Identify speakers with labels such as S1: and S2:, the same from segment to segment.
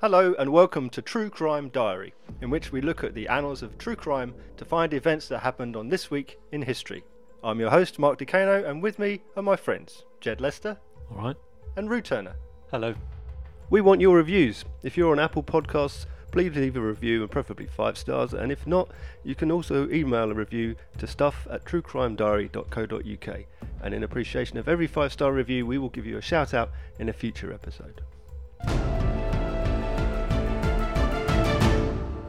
S1: Hello and welcome to True Crime Diary, in which we look at the annals of true crime to find events that happened on this week in history. I'm your host, Mark DeCano, and with me are my friends, Jed Lester
S2: All right.
S1: and Rue Turner.
S2: Hello.
S1: We want your reviews. If you're on Apple Podcasts, please leave a review and preferably five stars. And if not, you can also email a review to stuff at truecrimediary.co.uk. And in appreciation of every five star review, we will give you a shout out in a future episode.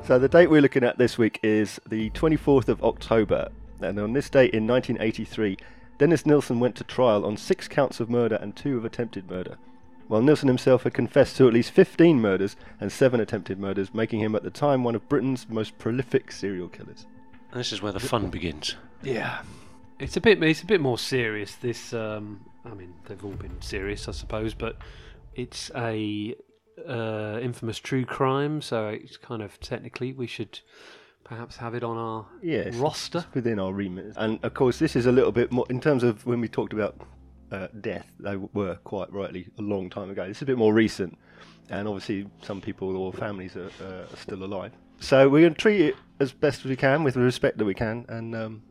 S1: So, the date we're looking at this week is the 24th of October. And on this date in 1983, Dennis Nilsson went to trial on six counts of murder and two of attempted murder while Nilsson himself had confessed to at least 15 murders and 7 attempted murders, making him at the time one of Britain's most prolific serial killers.
S2: This is where the fun begins.
S3: Yeah, it's a bit it's a bit more serious. This um, I mean, they've all been serious, I suppose, but it's a uh, infamous true crime, so it's kind of technically we should perhaps have it on our
S1: Yes.
S3: roster.
S1: It's within our remit. And of course, this is a little bit more, in terms of when we talked about uh, death, they were quite rightly a long time ago. This is a bit more recent. And obviously, some people or families are, uh, are still alive. So we're going to treat it as best as we can with the respect that we can. And um,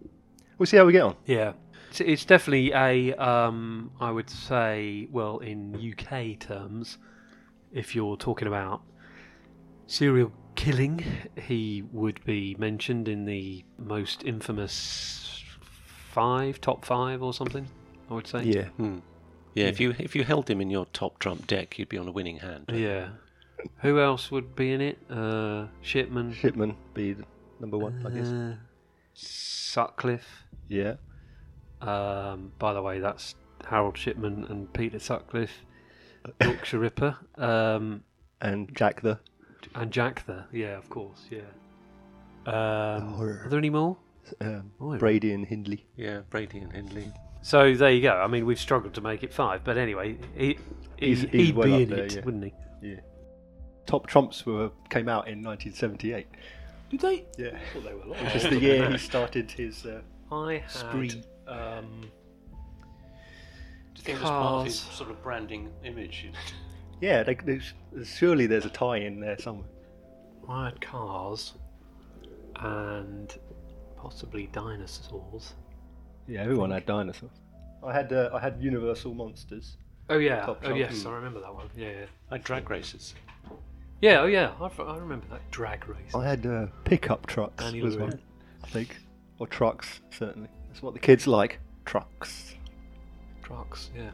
S1: we'll see how we get on.
S3: Yeah. It's, it's definitely a, um, I would say, well, in UK terms, if you're talking about serial killing, he would be mentioned in the most infamous five, top five or something, I would say.
S1: Yeah.
S2: Yeah, if you if you held him in your top trump deck, you'd be on a winning hand.
S3: Yeah. Who else would be in it? Uh, Shipman.
S1: Shipman be the number one, I guess.
S3: uh, Sutcliffe.
S1: Yeah.
S3: Um, by the way, that's Harold Shipman and Peter Sutcliffe, Yorkshire Ripper. Um,
S1: And Jack the.
S3: And Jack there, yeah, of course, yeah. Um,
S1: horror.
S3: are there any more?
S1: um,
S3: Oh, yeah.
S1: Brady and Hindley.
S2: Yeah, Brady and Hindley.
S3: So there you go. I mean, we've struggled to make it five, but anyway, he, he,
S1: He's-
S3: he'd
S1: he's
S3: be
S1: well up
S3: in
S1: there,
S3: it,
S1: yeah.
S3: wouldn't he?
S1: Top Trumps were came out in 1978.
S3: Did they?
S1: Yeah,
S3: Well, they were
S1: which is the year he started his uh,
S3: I had,
S1: spree.
S3: Um,
S2: Do you
S3: think it was part of his Cars.
S2: sort of branding image?
S1: Yeah, they, there's, surely there's a tie in there somewhere.
S3: I had cars and possibly dinosaurs.
S1: Yeah, everyone had dinosaurs. I had uh, I had Universal Monsters.
S3: Oh yeah,
S1: Top
S3: oh
S1: Trump.
S3: yes, I remember that one. Yeah, yeah,
S2: Like drag races.
S3: yeah oh yeah, I, f- I remember that drag race.
S1: I had uh, pickup trucks
S3: Danny
S1: was
S3: Lewis.
S1: one, I think, or trucks certainly. That's what the kids like. Trucks.
S3: Trucks, yeah.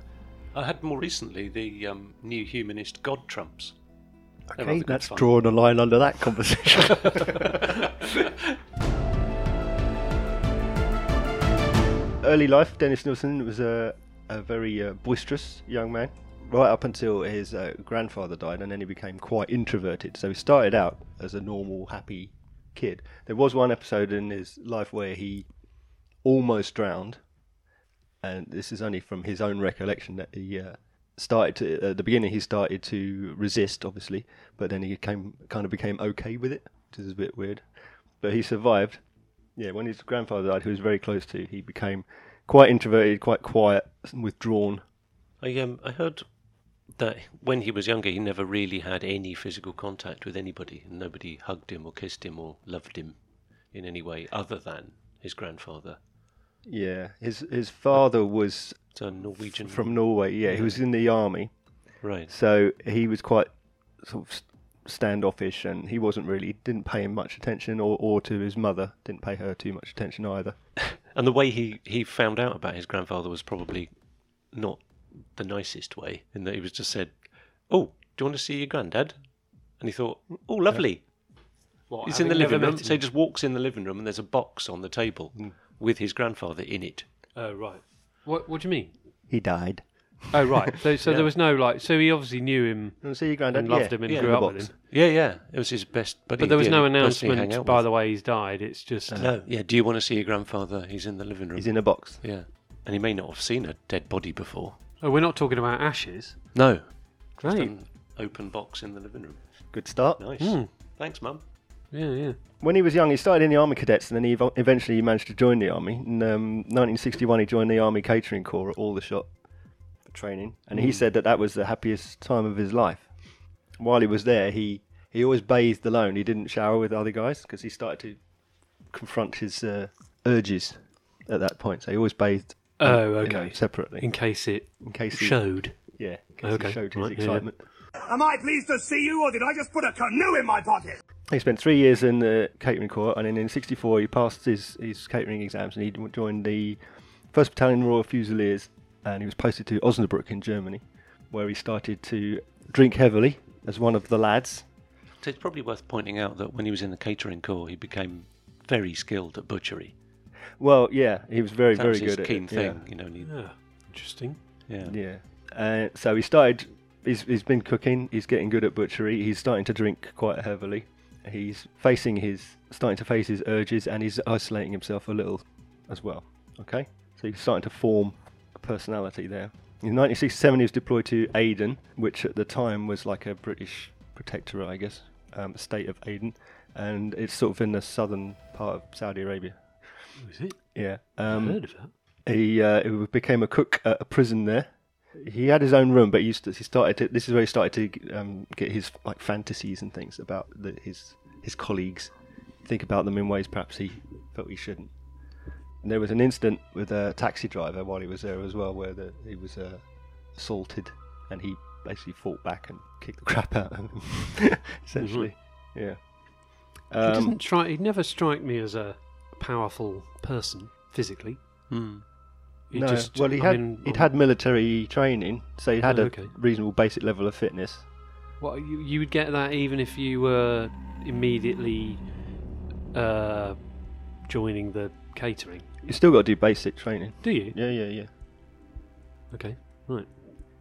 S2: I had more recently the um, new humanist God Trumps. They're
S1: Okay,
S2: rather good
S1: that's
S2: fun.
S1: drawing a line under that conversation. early life, Dennis Nilsson was a, a very uh, boisterous young man, right up until his uh, grandfather died, and then he became quite introverted. So he started out as a normal, happy kid. There was one episode in his life where he almost drowned, and this is only from his own recollection that he. Uh, started to at the beginning he started to resist obviously but then he came kind of became okay with it which is a bit weird but he survived yeah, when his grandfather died, who he was very close to, he became quite introverted, quite quiet, withdrawn.
S2: I um, I heard that when he was younger, he never really had any physical contact with anybody, and nobody hugged him or kissed him or loved him in any way other than his grandfather.
S1: Yeah, his his father was
S2: It's a Norwegian.
S1: from Norway. Yeah, he was in the army,
S2: right.
S1: so he was quite sort of s- standoffish, and he wasn't really didn't pay him much attention, or or to his mother didn't pay her too much attention either.
S2: And the way he, he found out about his grandfather was probably not the nicest way, in that he was just said, Oh, do you want to see your granddad? And he thought, Oh, lovely.
S3: What,
S2: He's in the
S3: having never
S2: living
S3: met
S2: room.
S3: him?
S2: So he just walks in the living room and there's a box on the table with his grandfather in it.
S3: Oh right. What What do you mean?
S1: He died.
S3: Oh right. So, so there was no like. So he obviously knew him
S1: You want to see your granddad?
S3: and loved
S1: Yeah.
S3: him and
S2: yeah,
S3: grew
S2: in
S3: up
S1: the
S3: with
S1: box.
S3: him.
S2: Yeah, yeah. It was his best buddy.
S3: But there was
S2: the
S3: no
S2: only person he hung
S3: announcement
S2: out
S3: by
S2: with.
S3: the way he's died. It's just
S2: No, yeah. Do you want to see your grandfather? He's in the living room.
S1: He's in a box.
S2: Yeah. And he may not have seen a dead body before.
S3: Oh, we're not talking about ashes.
S2: No.
S3: Great.
S2: An open box in the living room.
S1: Good start.
S2: Nice. Thanks, Mum.
S3: Yeah, yeah.
S1: when he was young, he started in the army cadets, and then he ev- eventually he managed to join the army. In um, 1961, he joined the army catering corps at Aldershot
S3: Mm.
S1: for training, and he said that that was the happiest time of his life. While he was there, he He always bathed alone. He didn't shower with other guys because he started to confront his uh, urges at that point. So he always bathed
S3: Oh,
S1: you know,
S3: okay.
S1: separately
S3: in case it
S1: in case he,
S3: showed.
S1: yeah, in case he
S3: Okay,
S1: showed his
S3: right, yeah, yeah.
S1: excitement.
S4: Am I pleased to see you, or did I just put a canoe in my pocket?
S1: He spent three years in the catering corps, and then in '64 he passed his, his catering exams, and he joined the First Battalion Royal Fusiliers, and he was posted to Osnabrück in Germany, where he started to drink heavily as one of the lads.
S2: So it's probably worth pointing out that when he was in the catering corps, he became very skilled at butchery.
S1: Well, yeah, he was very,
S2: That
S1: very
S2: was his
S1: good at
S2: keen
S1: it, yeah.
S2: thing, you know. and he-
S3: Yeah, interesting.
S2: yeah.
S1: Yeah. Uh, so he started. He's, he's been cooking. He's getting good at butchery. He's starting to drink quite heavily. He's facing his starting to face his urges, and he's isolating himself a little as well. Okay. So he's starting to form a personality there. In 1967, he was deployed to Aden, which at the time was like a British protectorate, I guess, um, state of Aden, and it's sort of in the southern part of Saudi Arabia.
S3: Oh, Is it?
S1: Yeah. Um,
S3: Heard of that?
S1: he, uh, he became a cook at a prison there. He had his own room, but he used to, he started to, this is where he started to um, get his like fantasies and things about the, his his colleagues. Think about them in ways perhaps he felt he shouldn't. And there was an incident with a taxi driver while he was there as well, where the, he was uh, assaulted, and he basically fought back and kicked the crap out of him, essentially.
S3: Mm-hmm.
S1: Yeah.
S3: He
S1: Um,
S3: doesn't try. He never strike me as a powerful person physically.
S2: Hmm.
S3: He
S1: no,
S3: just,
S1: well, he
S3: I
S1: had
S3: mean,
S1: he'd had military training, so he had
S3: Oh,
S1: a
S3: okay.
S1: reasonable basic level of fitness.
S3: Well, you, you would get that even if you were immediately uh, joining the catering.
S1: You still got to do basic training.
S3: Do you?
S1: Yeah, yeah, yeah.
S3: Okay, right.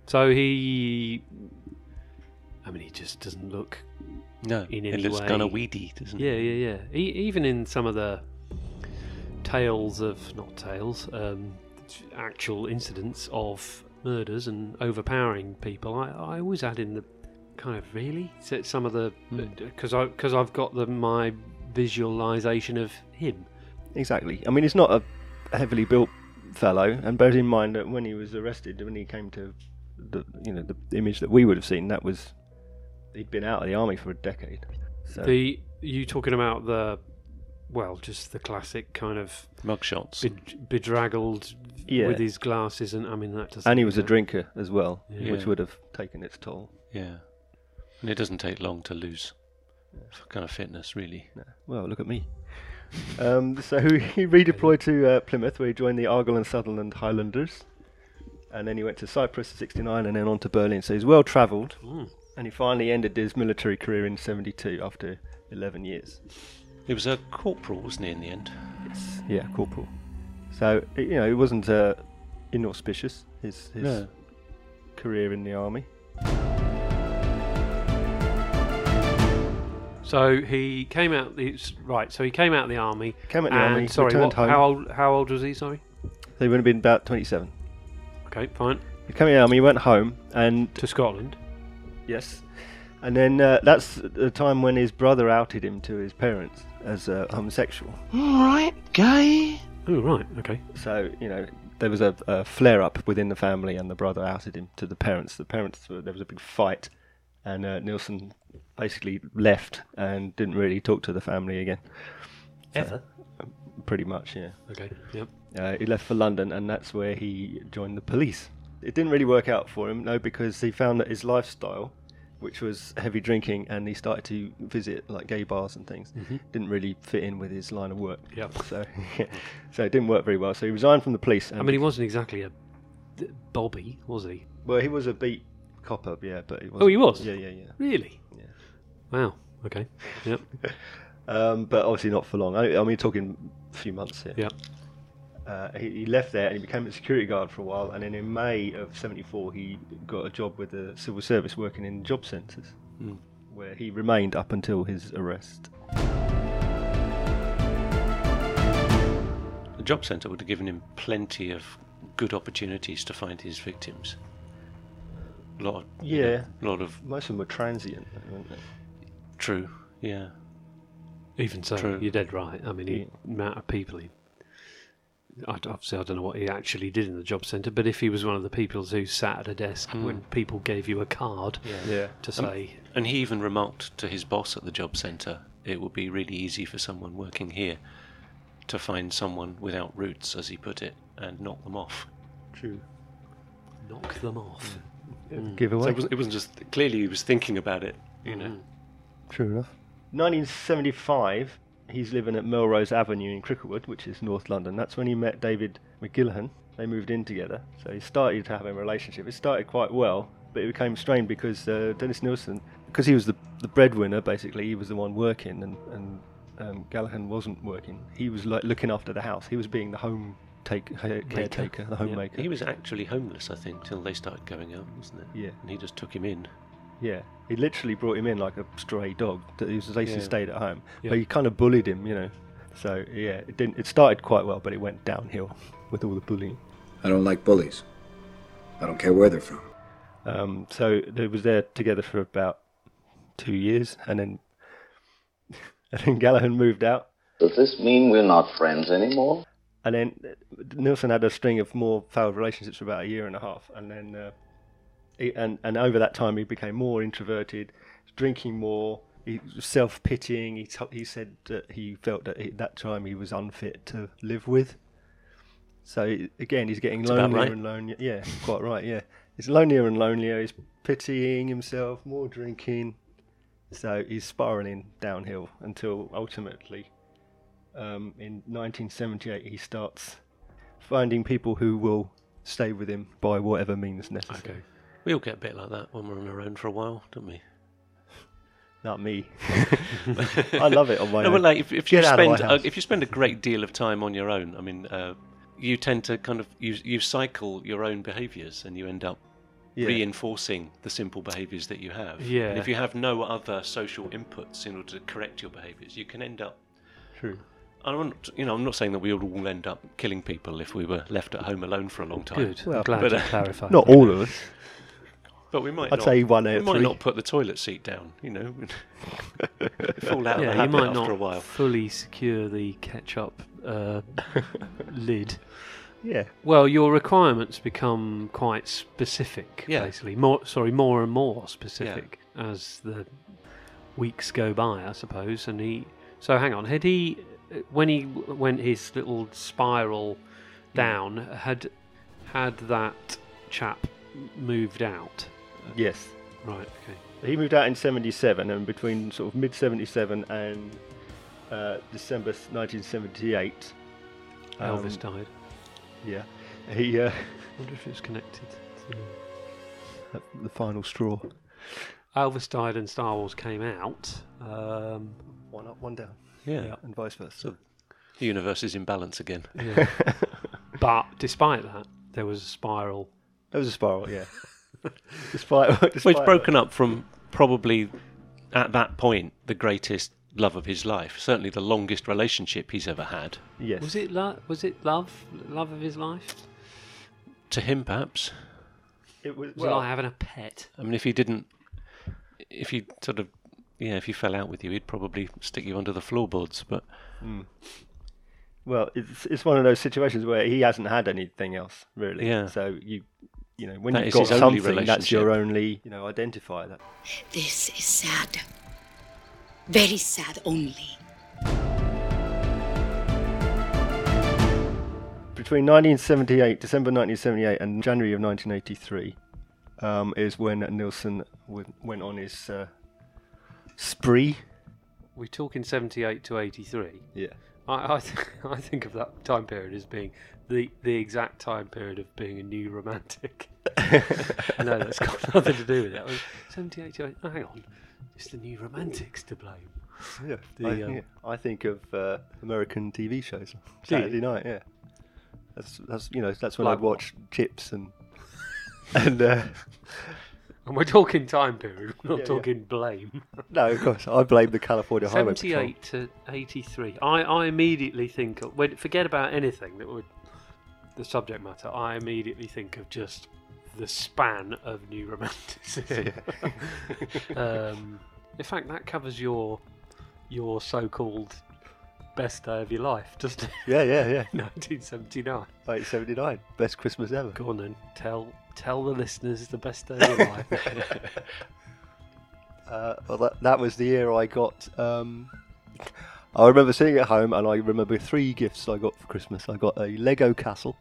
S3: So he. I mean, he just doesn't look.
S2: No,
S3: In
S2: it
S3: any
S2: looks kind
S3: way.
S2: of weedy, doesn't
S3: Yeah,
S2: it?
S3: yeah, yeah. E even in some of the tales of. Not tales, um, actual incidents of murders and overpowering people, I, I always add in the kind of really? So it's Some of the. uh, Because I've got the, my visualization of him.
S1: Exactly. I mean, he's not a heavily built fellow, and bear in mind that when he was arrested, when he came to the you know the image that we would have seen, that was he'd been out of the army for a decade. So
S3: The you talking about the well, just the classic kind of
S2: Mugshots.
S3: bed- bedraggled
S1: Yeah.
S3: with his glasses, and I mean that doesn't.
S1: and he was a
S3: uh,
S1: drinker as well, which
S2: Yeah.
S1: would have taken its toll.
S2: Yeah. And it doesn't take long to lose f- kind of fitness, really.
S1: Well, look at me. Um, so he redeployed to uh, Plymouth, where he joined the Argyll and Sutherland Highlanders, and then he went to Cyprus '69, and then on to Berlin. So he's well travelled,
S3: Mm.
S1: and he finally ended his military career in '72 after 11 years.
S2: He was a corporal, wasn't he, in the end?
S1: Yeah, corporal. So i- you know, it wasn't uh, inauspicious his his
S2: No.
S1: career in the army.
S3: So he came out. The, s- right. So he came out of the army.
S1: Came out the
S3: and,
S1: army,
S3: Sorry.
S1: returned
S3: What,
S1: home.
S3: How old? How old was he? Sorry.
S1: So he would have been about 27.
S3: Okay. Fine.
S1: He came out of the army, went home, and
S3: To Scotland.
S1: Yes. And then uh, that's the time when his brother outed him to his parents as a homosexual.
S3: Oh right. Okay.
S1: So, you know, there was a, a flare up within the family and the brother outed him to the parents. The parents, were, there was a big fight, and uh, Nielsen basically left and didn't really talk to the family again,
S3: Ever.
S1: pretty much, yeah.
S3: Okay. Yep.
S1: Uh, he left for London, and that's where he joined the police. It didn't really work out for him, no, because he found that his lifestyle, which was heavy drinking, and he started to visit like gay bars and things,
S3: Mm-hmm.
S1: didn't really fit in with his line of work.
S3: Yep.
S1: So, so it didn't work very well. So he resigned from the police. And
S3: I mean, he wasn't exactly a d- Bobby, was he?
S1: well, he was a beat copper, yeah, but he was.
S3: Oh, he was?
S1: Yeah, yeah, yeah.
S3: Really?
S1: Yeah.
S3: Wow. Okay. Yep.
S1: Um, but obviously not for long. I, I mean, talking a few months here.
S3: yep.
S1: Uh, he, he left there and he became a security guard for a while. And then in May of '74, he got a job with the civil service working in job centres, where he remained up until his arrest.
S2: The job centre would have given him plenty of good opportunities to find his victims. A lot of, you know,
S1: Yeah.
S2: lot of
S1: Most of them were transient, though, weren't they?
S2: true. Yeah.
S3: Even so,
S2: True.
S3: you're dead right. I mean, the
S1: Yeah.
S3: amount of people he. I, obviously, I don't know what he actually did in the job centre, but if he was one of the people who sat at a desk when people gave you a card
S1: Yeah.
S3: to say,
S2: And he even remarked to his boss at the job centre it would be really easy for someone working here to find someone without roots, as he put it, and knock them off.
S1: True.
S3: Knock them off.
S1: Give
S2: So
S1: away.
S2: it, was, it wasn't just clearly he was thinking about it, you know.
S1: True enough. 1975, he's living at Melrose Avenue in Cricklewood, which is North London. That's when he met David McGillahan. They moved in together, so he started having a relationship. It started quite well, but it became strained because uh, Dennis Nielsen, because he was the, the breadwinner, basically, he was the one working, and, and um, Gallahan wasn't working. He was like looking after the house. He was being the home take, ha- caretaker, the
S2: Yeah.
S1: homemaker.
S2: He was actually homeless, I think, till they started going out, wasn't it?
S1: Yeah.
S2: And he just took him in.
S1: Yeah, he literally brought him in like a stray dog. that He was basically
S2: Yeah.
S1: stayed at home,
S3: Yeah.
S1: but he kind of bullied him, you know. So yeah, it didn't. It started quite well, but it went downhill with all the bullying.
S5: I don't like bullies. I don't care where they're from.
S1: Um, so they was there together for about two years, and then and then Gallahan moved out,
S6: Does this mean we're not friends anymore?
S1: and then uh, Nilsson had a string of more failed relationships for about a year and a half, and then uh, he, and and over that time he became more introverted, drinking more, he self pitying. He t- he said that he felt that at that time he was unfit to live with. So again, he's getting
S2: about
S1: lonelier
S2: right.
S1: and lonelier. Yeah, quite right. Yeah, he's lonelier and lonelier. He's pitying himself, more drinking. So he's spiraling downhill until ultimately, um, in 1978, he starts finding people who will stay with him by whatever means necessary.
S3: Okay.
S2: We all get a bit like that when we're on our own for a while, don't we?
S1: Not me. I love it on my
S2: No,
S1: own.
S2: but like if, if you
S1: Get out of my
S2: spend
S1: house.
S2: uh, if you spend a great deal of time on your own, I mean, uh, you tend to kind of you you cycle your own behaviours, and you end up
S1: Yeah.
S2: reinforcing the simple behaviours that you have.
S3: Yeah.
S2: And if you have no other social inputs in order to correct your behaviours, you can end up.
S1: True.
S2: I'm not, you know, I'm not saying that we would all end up killing people if we were left at home alone for a long time.
S3: Good.
S1: Well,
S3: I'm glad
S2: but,
S3: you
S2: uh,
S3: clarified.
S1: Not
S3: that.
S1: all of us.
S2: But we might.
S1: I'd
S2: not,
S1: say one out
S2: We
S1: of
S2: might
S1: three.
S2: not put the toilet seat down. You know, fall out of the
S3: Yeah, you
S2: habit
S3: might
S2: after
S3: not
S2: a while.
S3: fully secure the ketchup uh, lid.
S1: Yeah.
S3: Well, your requirements become quite specific,
S2: Yeah.
S3: basically. More, sorry, more and more specific as the weeks go by, I suppose. And he, so hang on, had he, when he went his little spiral down, had had that chap moved out?
S1: Yes.
S3: Right. Okay.
S1: He moved out in 77, and between sort of mid 77 and uh, December 1978, um,
S3: Elvis died.
S1: yeah, he, uh,
S3: I wonder if it was connected. to-
S1: the final straw.
S3: Elvis died and Star Wars came out. Um,
S1: One up, one down,
S2: Yeah.
S1: and vice versa.
S2: The universe is in balance again.
S3: yeah. but despite that, there was a spiral.
S1: That was a spiral, yeah. despite, despite
S2: Well, he's broken up from probably at that point the greatest love of his life, certainly the longest relationship he's ever had.
S1: Yes.
S3: Was it lo- was it love love of his life?
S2: To him, perhaps.
S1: It was,
S3: Was it like having a pet?
S2: I mean, if he didn't, if he sort of, yeah, if he fell out with you, he'd probably stick you under the floorboards. But
S1: Well, it's it's one of those situations where he hasn't had anything else really.
S2: Yeah.
S1: So you you know when
S2: That
S1: you've
S2: is
S1: got
S2: his only
S1: something that's your
S2: relationship.
S1: only you know identifier. That
S7: This is sad. Very sad only.
S1: between 1978, December 1978, and January of 1983 um, is when Nilsson w- went on his uh, spree.
S3: We're talking seventy eight to eighty three.
S1: Yeah.
S3: I I, th- I think of that time period as being the the exact time period of being a new romantic. no, that's got nothing to do with it. Seventy eight to 80, oh, hang on, it's the new romantics to blame.
S1: Yeah.
S3: The,
S1: I,
S3: um,
S1: yeah, I think of uh, American TV shows Saturday night. Yeah. That's that's you know that's when
S3: Like
S1: I'd
S3: what?
S1: watch Chips and and. Uh,
S3: And we're talking time period. We're not
S1: Yeah, yeah.
S3: talking blame.
S1: No, of course. I blame the California Highway Patrol.
S3: 78 to 83 I, I immediately think of, when, forget about anything that would the subject matter i immediately think of just the span of new romanticism um, in fact that covers your your so-called best day of your life doesn't it
S1: Yeah, yeah, yeah.
S3: 1979
S1: Like 79. Best Christmas ever.
S3: go on then tell tell the listeners the best day of your life
S1: Uh, well, that, that was the year I got. Um, I remember sitting at home, and I remember three gifts I got for Christmas. I got a Lego castle.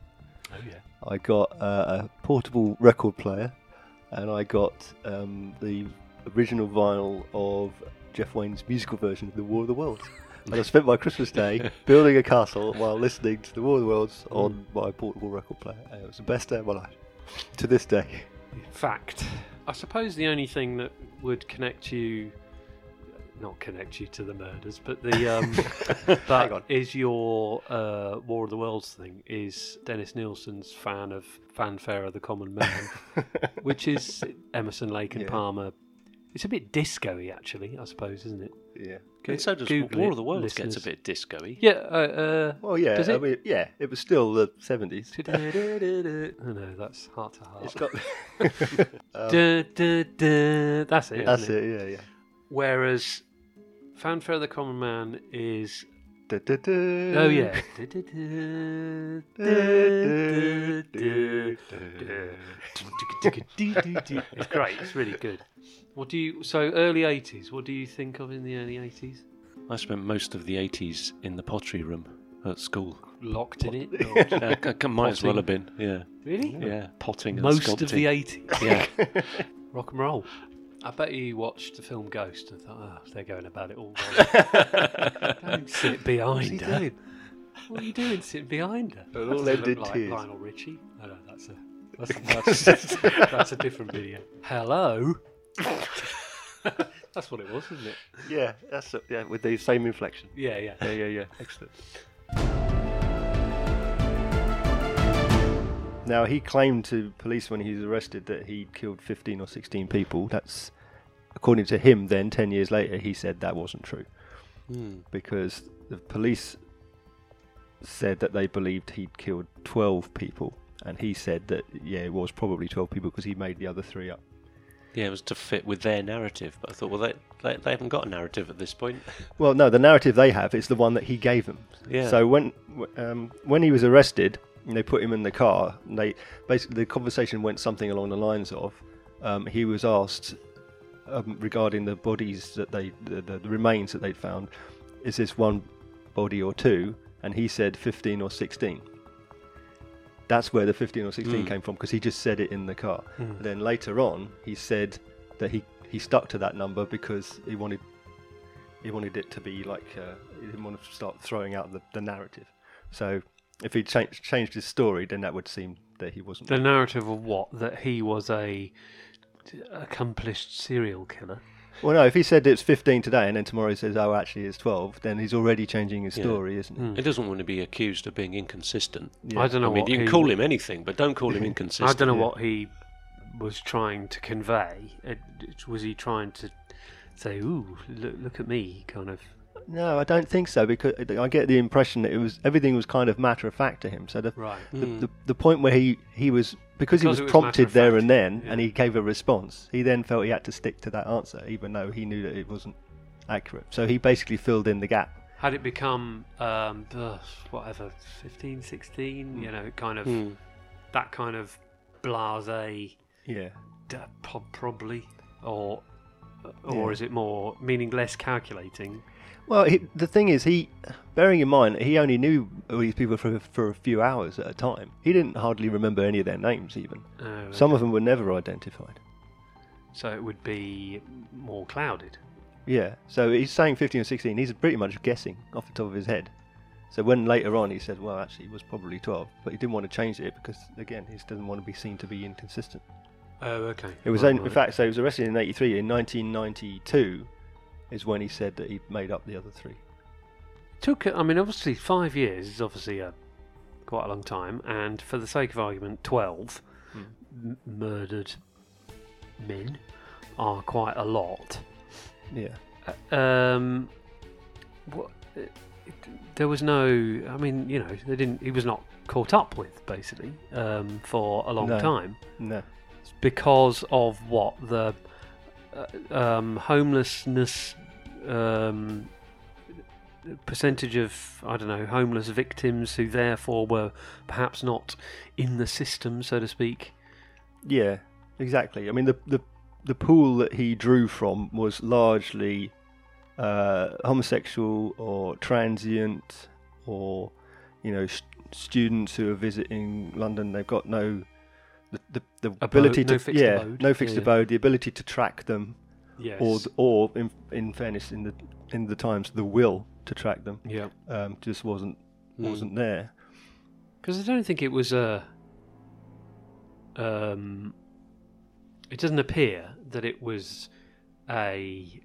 S3: Oh yeah.
S1: I got uh, a portable record player, and I got um, the original vinyl of Jeff Wayne's musical version of The War of the Worlds. And I spent my Christmas day building a castle while listening to The War of the Worlds
S3: Mm.
S1: on my portable record player. And it was the best day of my life to this day.
S3: Fact. I suppose the only thing that would connect you, not connect you to the murders, but the um,
S1: Hang on.
S3: that is your uh, War of the Worlds thing is Dennis Nielsen's fan of Fanfare of the Common Man, which is Emerson, Lake and
S1: Yeah.
S3: Palmer. It's a bit disco-y, actually, I suppose, isn't it?
S1: Yeah.
S2: And so does
S3: Google
S2: War
S3: it,
S2: of the Worlds gets a
S3: listeners.
S2: bit disco-y.
S3: Yeah. Uh, uh,
S1: Well, yeah.
S3: Does
S1: I
S3: it-
S1: mean, yeah. It was still the seventies.
S3: oh, no, that's heart to heart.
S1: It's got.
S2: uh,
S3: Duh, duh, duh. That's it.
S1: That's
S3: isn't it?
S1: it. Yeah, yeah.
S3: Whereas Fanfare of the Common Man is
S1: Da, da, da.
S3: Oh yeah. it's great. It's really good. What do you? So early '80s. What do you think of in the early '80s?
S2: I spent most of the 80s in the pottery room at school.
S3: Locked in it. or-
S2: Uh, c- c- might as well have been, yeah.
S3: really?
S2: Yeah, potting and
S3: Most of the
S2: sculpting.
S3: '80s.
S2: Yeah.
S3: Rock and roll. I bet you watched the film Ghost and thought, oh, they're going about it all wrong. Don't sit behind her. What are you doing sitting behind her?
S1: It all
S3: That doesn't
S1: ended
S3: look like
S1: tears.
S3: Lionel Richie. No, no, that's a that's, that's, that's a different video. Hello. that's what it was, isn't it?
S1: Yeah, that's it. Yeah, with the same inflection.
S3: Yeah, yeah.
S1: Yeah, yeah, yeah. Excellent. Now he claimed to police when he was arrested that he killed 15 or 16 people. That's according to him. Then 10 years later, he said that wasn't true
S3: Hmm.
S1: because the police said that they believed he'd killed 12 people, and he said that yeah, it was probably 12 people because he made the other three up.
S2: Yeah, it was to fit with their narrative. But I thought, well, they, they, they haven't got a narrative at this point.
S1: Well, no, the narrative they have is the one that he gave them.
S2: Yeah.
S1: So when w- um, when he was arrested, and they put him in the car. And they basically the conversation went something along the lines of um, he was asked um, regarding the bodies that they the, the, the remains that they'd found. Is this one body or two? And he said fifteen or sixteen. That's where the fifteen or sixteen came from because he just said it in the car. Then later on, he said that he he stuck to that number because he wanted he wanted it to be like uh, he didn't want to start throwing out the, the narrative. So if he changed changed his story, then that would seem that he wasn't.
S3: The narrative of what that he was a accomplished serial killer.
S1: well, no, if he said it's fifteen today and then tomorrow he says, "Oh, actually, it's 12, then he's already changing his
S2: Yeah.
S1: story, isn't he?
S2: He doesn't want to be accused of being inconsistent.
S3: I don't know
S2: I mean,
S3: what
S2: Hmm. you can
S3: he-
S2: call him anything, but don't call him inconsistent.
S3: I don't know what he was trying to convey. It- it- Was he trying to say, "Ooh, look, look at me," kind of?
S1: No, I don't think so because I get the impression that it was everything was kind of matter of fact to him. So the
S3: Right.
S1: the, the, the point where he he was because, he was,
S3: Hmm. Because it was matter
S1: prompted
S3: of
S1: there
S3: fact,
S1: and then,
S3: yeah.
S1: and he gave a response. He then felt he had to stick to that answer, even though he knew that it wasn't accurate. So he basically filled in the gap.
S3: Had it become um, ugh, whatever, 15, 16, You know, kind of that kind of blase,
S1: Yeah.
S3: d- prob- probably, or or is it more meaning less calculating?
S1: Well, he, the thing is, he, bearing in mind, he only knew all these people for, for a few hours at a time. He didn't hardly remember any of their names, even.
S3: Uh,
S1: Some of them were never identified.
S3: so it would be more clouded.
S1: Yeah. So he's saying 15 or 16. He's pretty much guessing off the top of his head. So when later on he said, well, actually, it was probably 12, but he didn't want to change it because, again, he just doesn't want to be seen to be inconsistent.
S3: Oh, okay.
S1: It was
S3: Right,
S1: only, in
S3: right.
S1: fact, so he was arrested in 83. In 1992 is when he said that he'd made up the other three.
S3: took i mean obviously five years is obviously a quite a long time and for the sake of argument 12 m- murdered men are quite a lot
S1: Yeah.
S3: um what it- it- there was no i mean you know they didn't he was not caught up with basically um for a long
S1: No.
S3: time
S1: No.
S3: because of what the uh, um, homelessness um, percentage of I don't know homeless victims who therefore were perhaps not in the system, so to speak.
S1: Yeah, exactly. I mean, the the the pool that he drew from was largely uh, homosexual or transient or you know st- students who are visiting London. They've got no the, the, the
S3: Abode,
S1: ability
S3: no
S1: to
S3: fixed
S1: yeah
S3: abode.
S1: no fixed
S3: Yeah, yeah.
S1: abode. The ability to track them
S3: Yes.
S1: or th- or in, in fairness in the in the times the will to track them
S3: yeah. Mm.
S1: um, just wasn't wasn't there.
S3: Because I don't think it was a. Um, it doesn't appear that it was a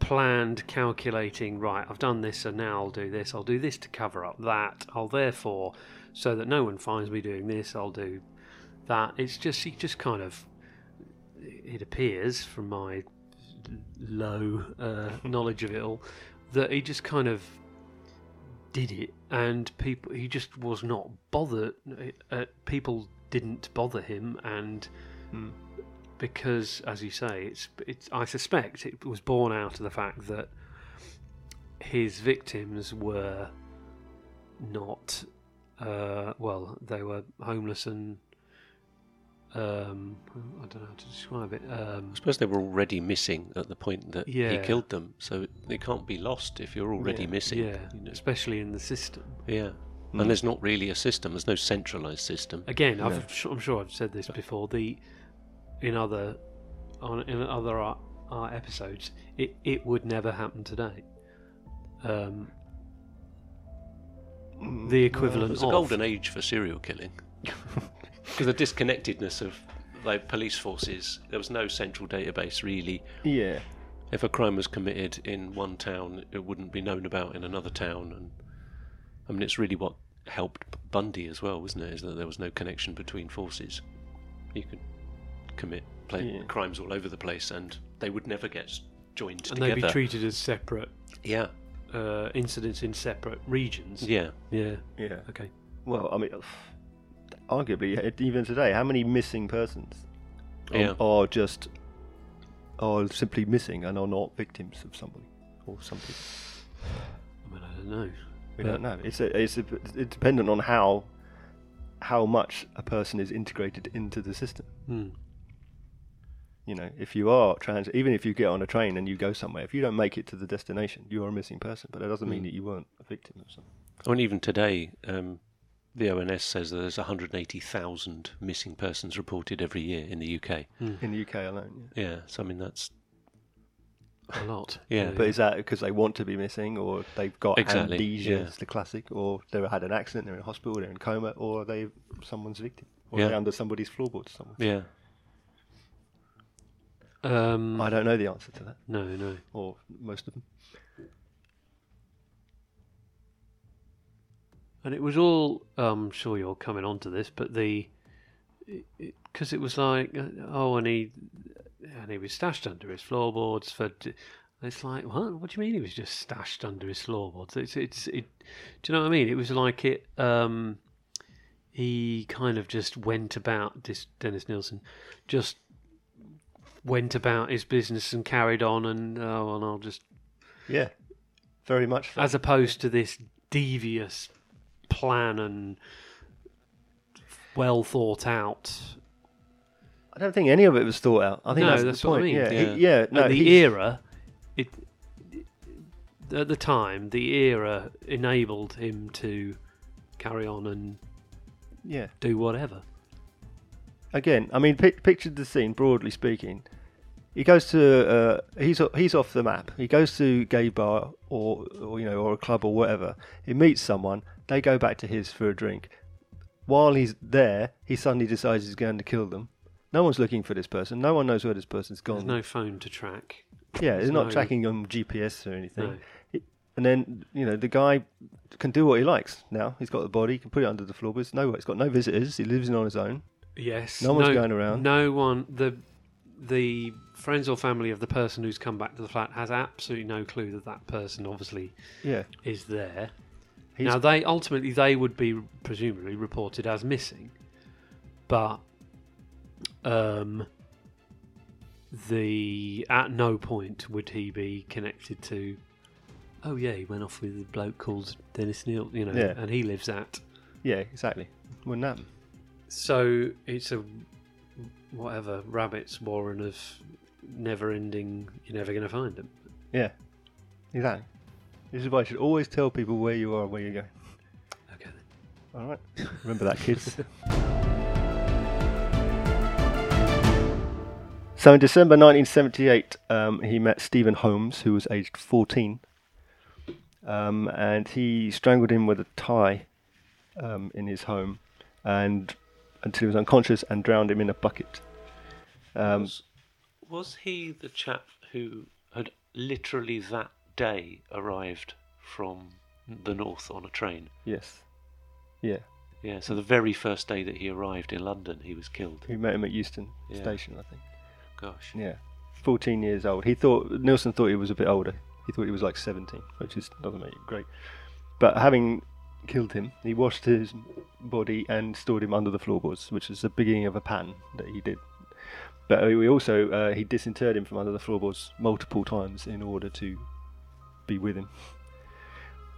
S3: planned, calculating. Right, I've done this, and now I'll do this. I'll do this to cover up that. I'll therefore, so that no one finds me doing this, I'll do that. It's just he just kind of. It appears from my low uh, knowledge of it all that he just kind of did it, and people he just was not bothered. Uh, people didn't bother him, and
S2: Hmm.
S3: because, as you say, it's it's. I suspect it was born out of the fact that his victims were not. Uh, well, they were homeless and. Um, I don't know how to describe it. Um,
S2: I suppose they were already missing at the point that he
S3: Yeah.
S2: killed them, so they can't be lost if you're already missing.
S3: yeah,
S2: you know.
S3: especially in the system.
S2: yeah. And there's not really a system. There's no centralized system.
S3: again, I've, su- I'm sure I've said this before. The in other on in other our, our episodes, it, it would never happen today. Um, the equivalent
S2: Mm, There's
S3: of
S2: a golden age for serial killing because the disconnectedness of like police forces. There was no central database really.
S1: Yeah.
S2: If a crime was committed in one town, it wouldn't be known about in another town. And I mean, it's really what helped B- Bundy as well, wasn't it? Is that there was no connection between forces. You could commit pla
S1: Yeah.
S2: crimes all over the place, and they would never get s- joined
S3: and
S2: together.
S3: they'd be treated as separate
S2: yeah,
S3: uh, incidents in separate regions.
S2: yeah.
S3: yeah.
S1: Yeah.
S3: Okay.
S1: Well, I mean, arguably, even today, how many missing persons are,
S3: Oh,
S2: Yeah.
S1: are just are simply missing and are not victims of somebody or something?
S3: I mean, I don't know.
S1: We don't know. It's a, it's a, it's dependent on how how much a person is integrated into the system.
S3: Hmm.
S1: You know, if you are trans, even if you get on a train and you go somewhere, if you don't make it to the destination, you are a missing person. But that doesn't mean that you weren't a victim of something.
S2: I mean, even today, um, the ONS says that there's 180,000 missing persons reported every year in the UK.
S3: Hmm.
S1: In the UK alone.
S2: Yeah, so I mean, that's
S3: A lot.
S2: Yeah.
S1: But is that because they want to be missing, or they've got
S2: Exactly,
S1: amnesia,
S2: yeah.
S1: it's the classic, or they had an accident, they're in hospital, they're in coma, or they someone's victim, or
S2: Yeah.
S1: they're under somebody's floorboards somewhere?
S2: yeah.
S3: Um,
S1: I don't know the answer to that,
S3: no, no.
S1: or most of them.
S3: And it was all, I'm sure you're coming on to this, but the, because it, was like, uh, oh, and he, and he was stashed under his floorboards for, d- it's like, what? What do you mean he was just stashed under his floorboards? It's, it's, it, do you know what I mean? It was like it, um, he kind of just went about, this Dennis Nielsen, just went about his business and carried on and, oh, and I'll just
S1: Yeah, very much. so.
S3: as opposed to this devious plan and well thought out.
S1: I don't think any of it was thought out. I think
S3: No,
S1: that's,
S3: that's
S1: the
S3: what I
S1: point.
S3: mean.
S1: Yeah,
S2: Yeah.
S1: he- yeah. No,
S3: At the
S1: he's-
S3: era, it at the time the era enabled him to carry on and
S1: yeah.
S3: do whatever.
S1: Again, I mean, pic- picture the scene broadly speaking. He goes to uh, he's o- he's off the map. He goes to gay bar or, or you know or a club or whatever. He meets someone. They go back to his for a drink. While he's there, he suddenly decides he's going to kill them. No one's looking for this person. No one knows where this person's
S3: There's
S1: gone.
S3: no phone to track.
S1: yeah, it's not
S3: no-
S1: tracking on GPS or anything.
S3: No.
S1: It- And then you know the guy can do what he likes now. He's got the body. He can put it under the floorboards. No, he's got no visitors. He lives in on his own.
S3: Yes.
S1: No one's going around.
S3: No one. The the friends or family of the person who's come back to the flat has absolutely no clue that that person obviously
S1: Yeah,
S3: is there.
S1: He's-
S3: now they ultimately they would be presumably reported as missing, but um, the at no point would he be connected to. Oh yeah, he went off with a bloke called Dennis Neal, you know,
S1: Yeah.
S3: and he lives at.
S1: yeah, exactly. Wouldn't happen.
S3: So it's a whatever rabbit's warren of never ending. You're never going to find them.
S1: Yeah. Exactly. This is why you should always tell people where you are and where you're going.
S3: Okay. Then.
S1: All right. Remember that, kids. so in December 1978, um, he met Stephen Holmes, who was aged 14, um, and he strangled him with a tie um, in his home, and until he was unconscious, and drowned him in a bucket. Um,
S2: Was he the chap who had literally that day arrived from the north on a train?
S1: yes. Yeah.
S2: Yeah, so the very first day that he arrived in London, he was killed.
S1: We met him at Euston
S2: Yeah.
S1: Station, I think.
S2: Gosh.
S1: Yeah, 14 years old. He thought Nilsson thought he was a bit older. He thought he was like 17, which is doesn't make it great. But having killed him, he washed his body and stored him under the floorboards, which is the beginning of a pattern that he did. But we also uh, he disinterred him from under the floorboards multiple times in order to be with him.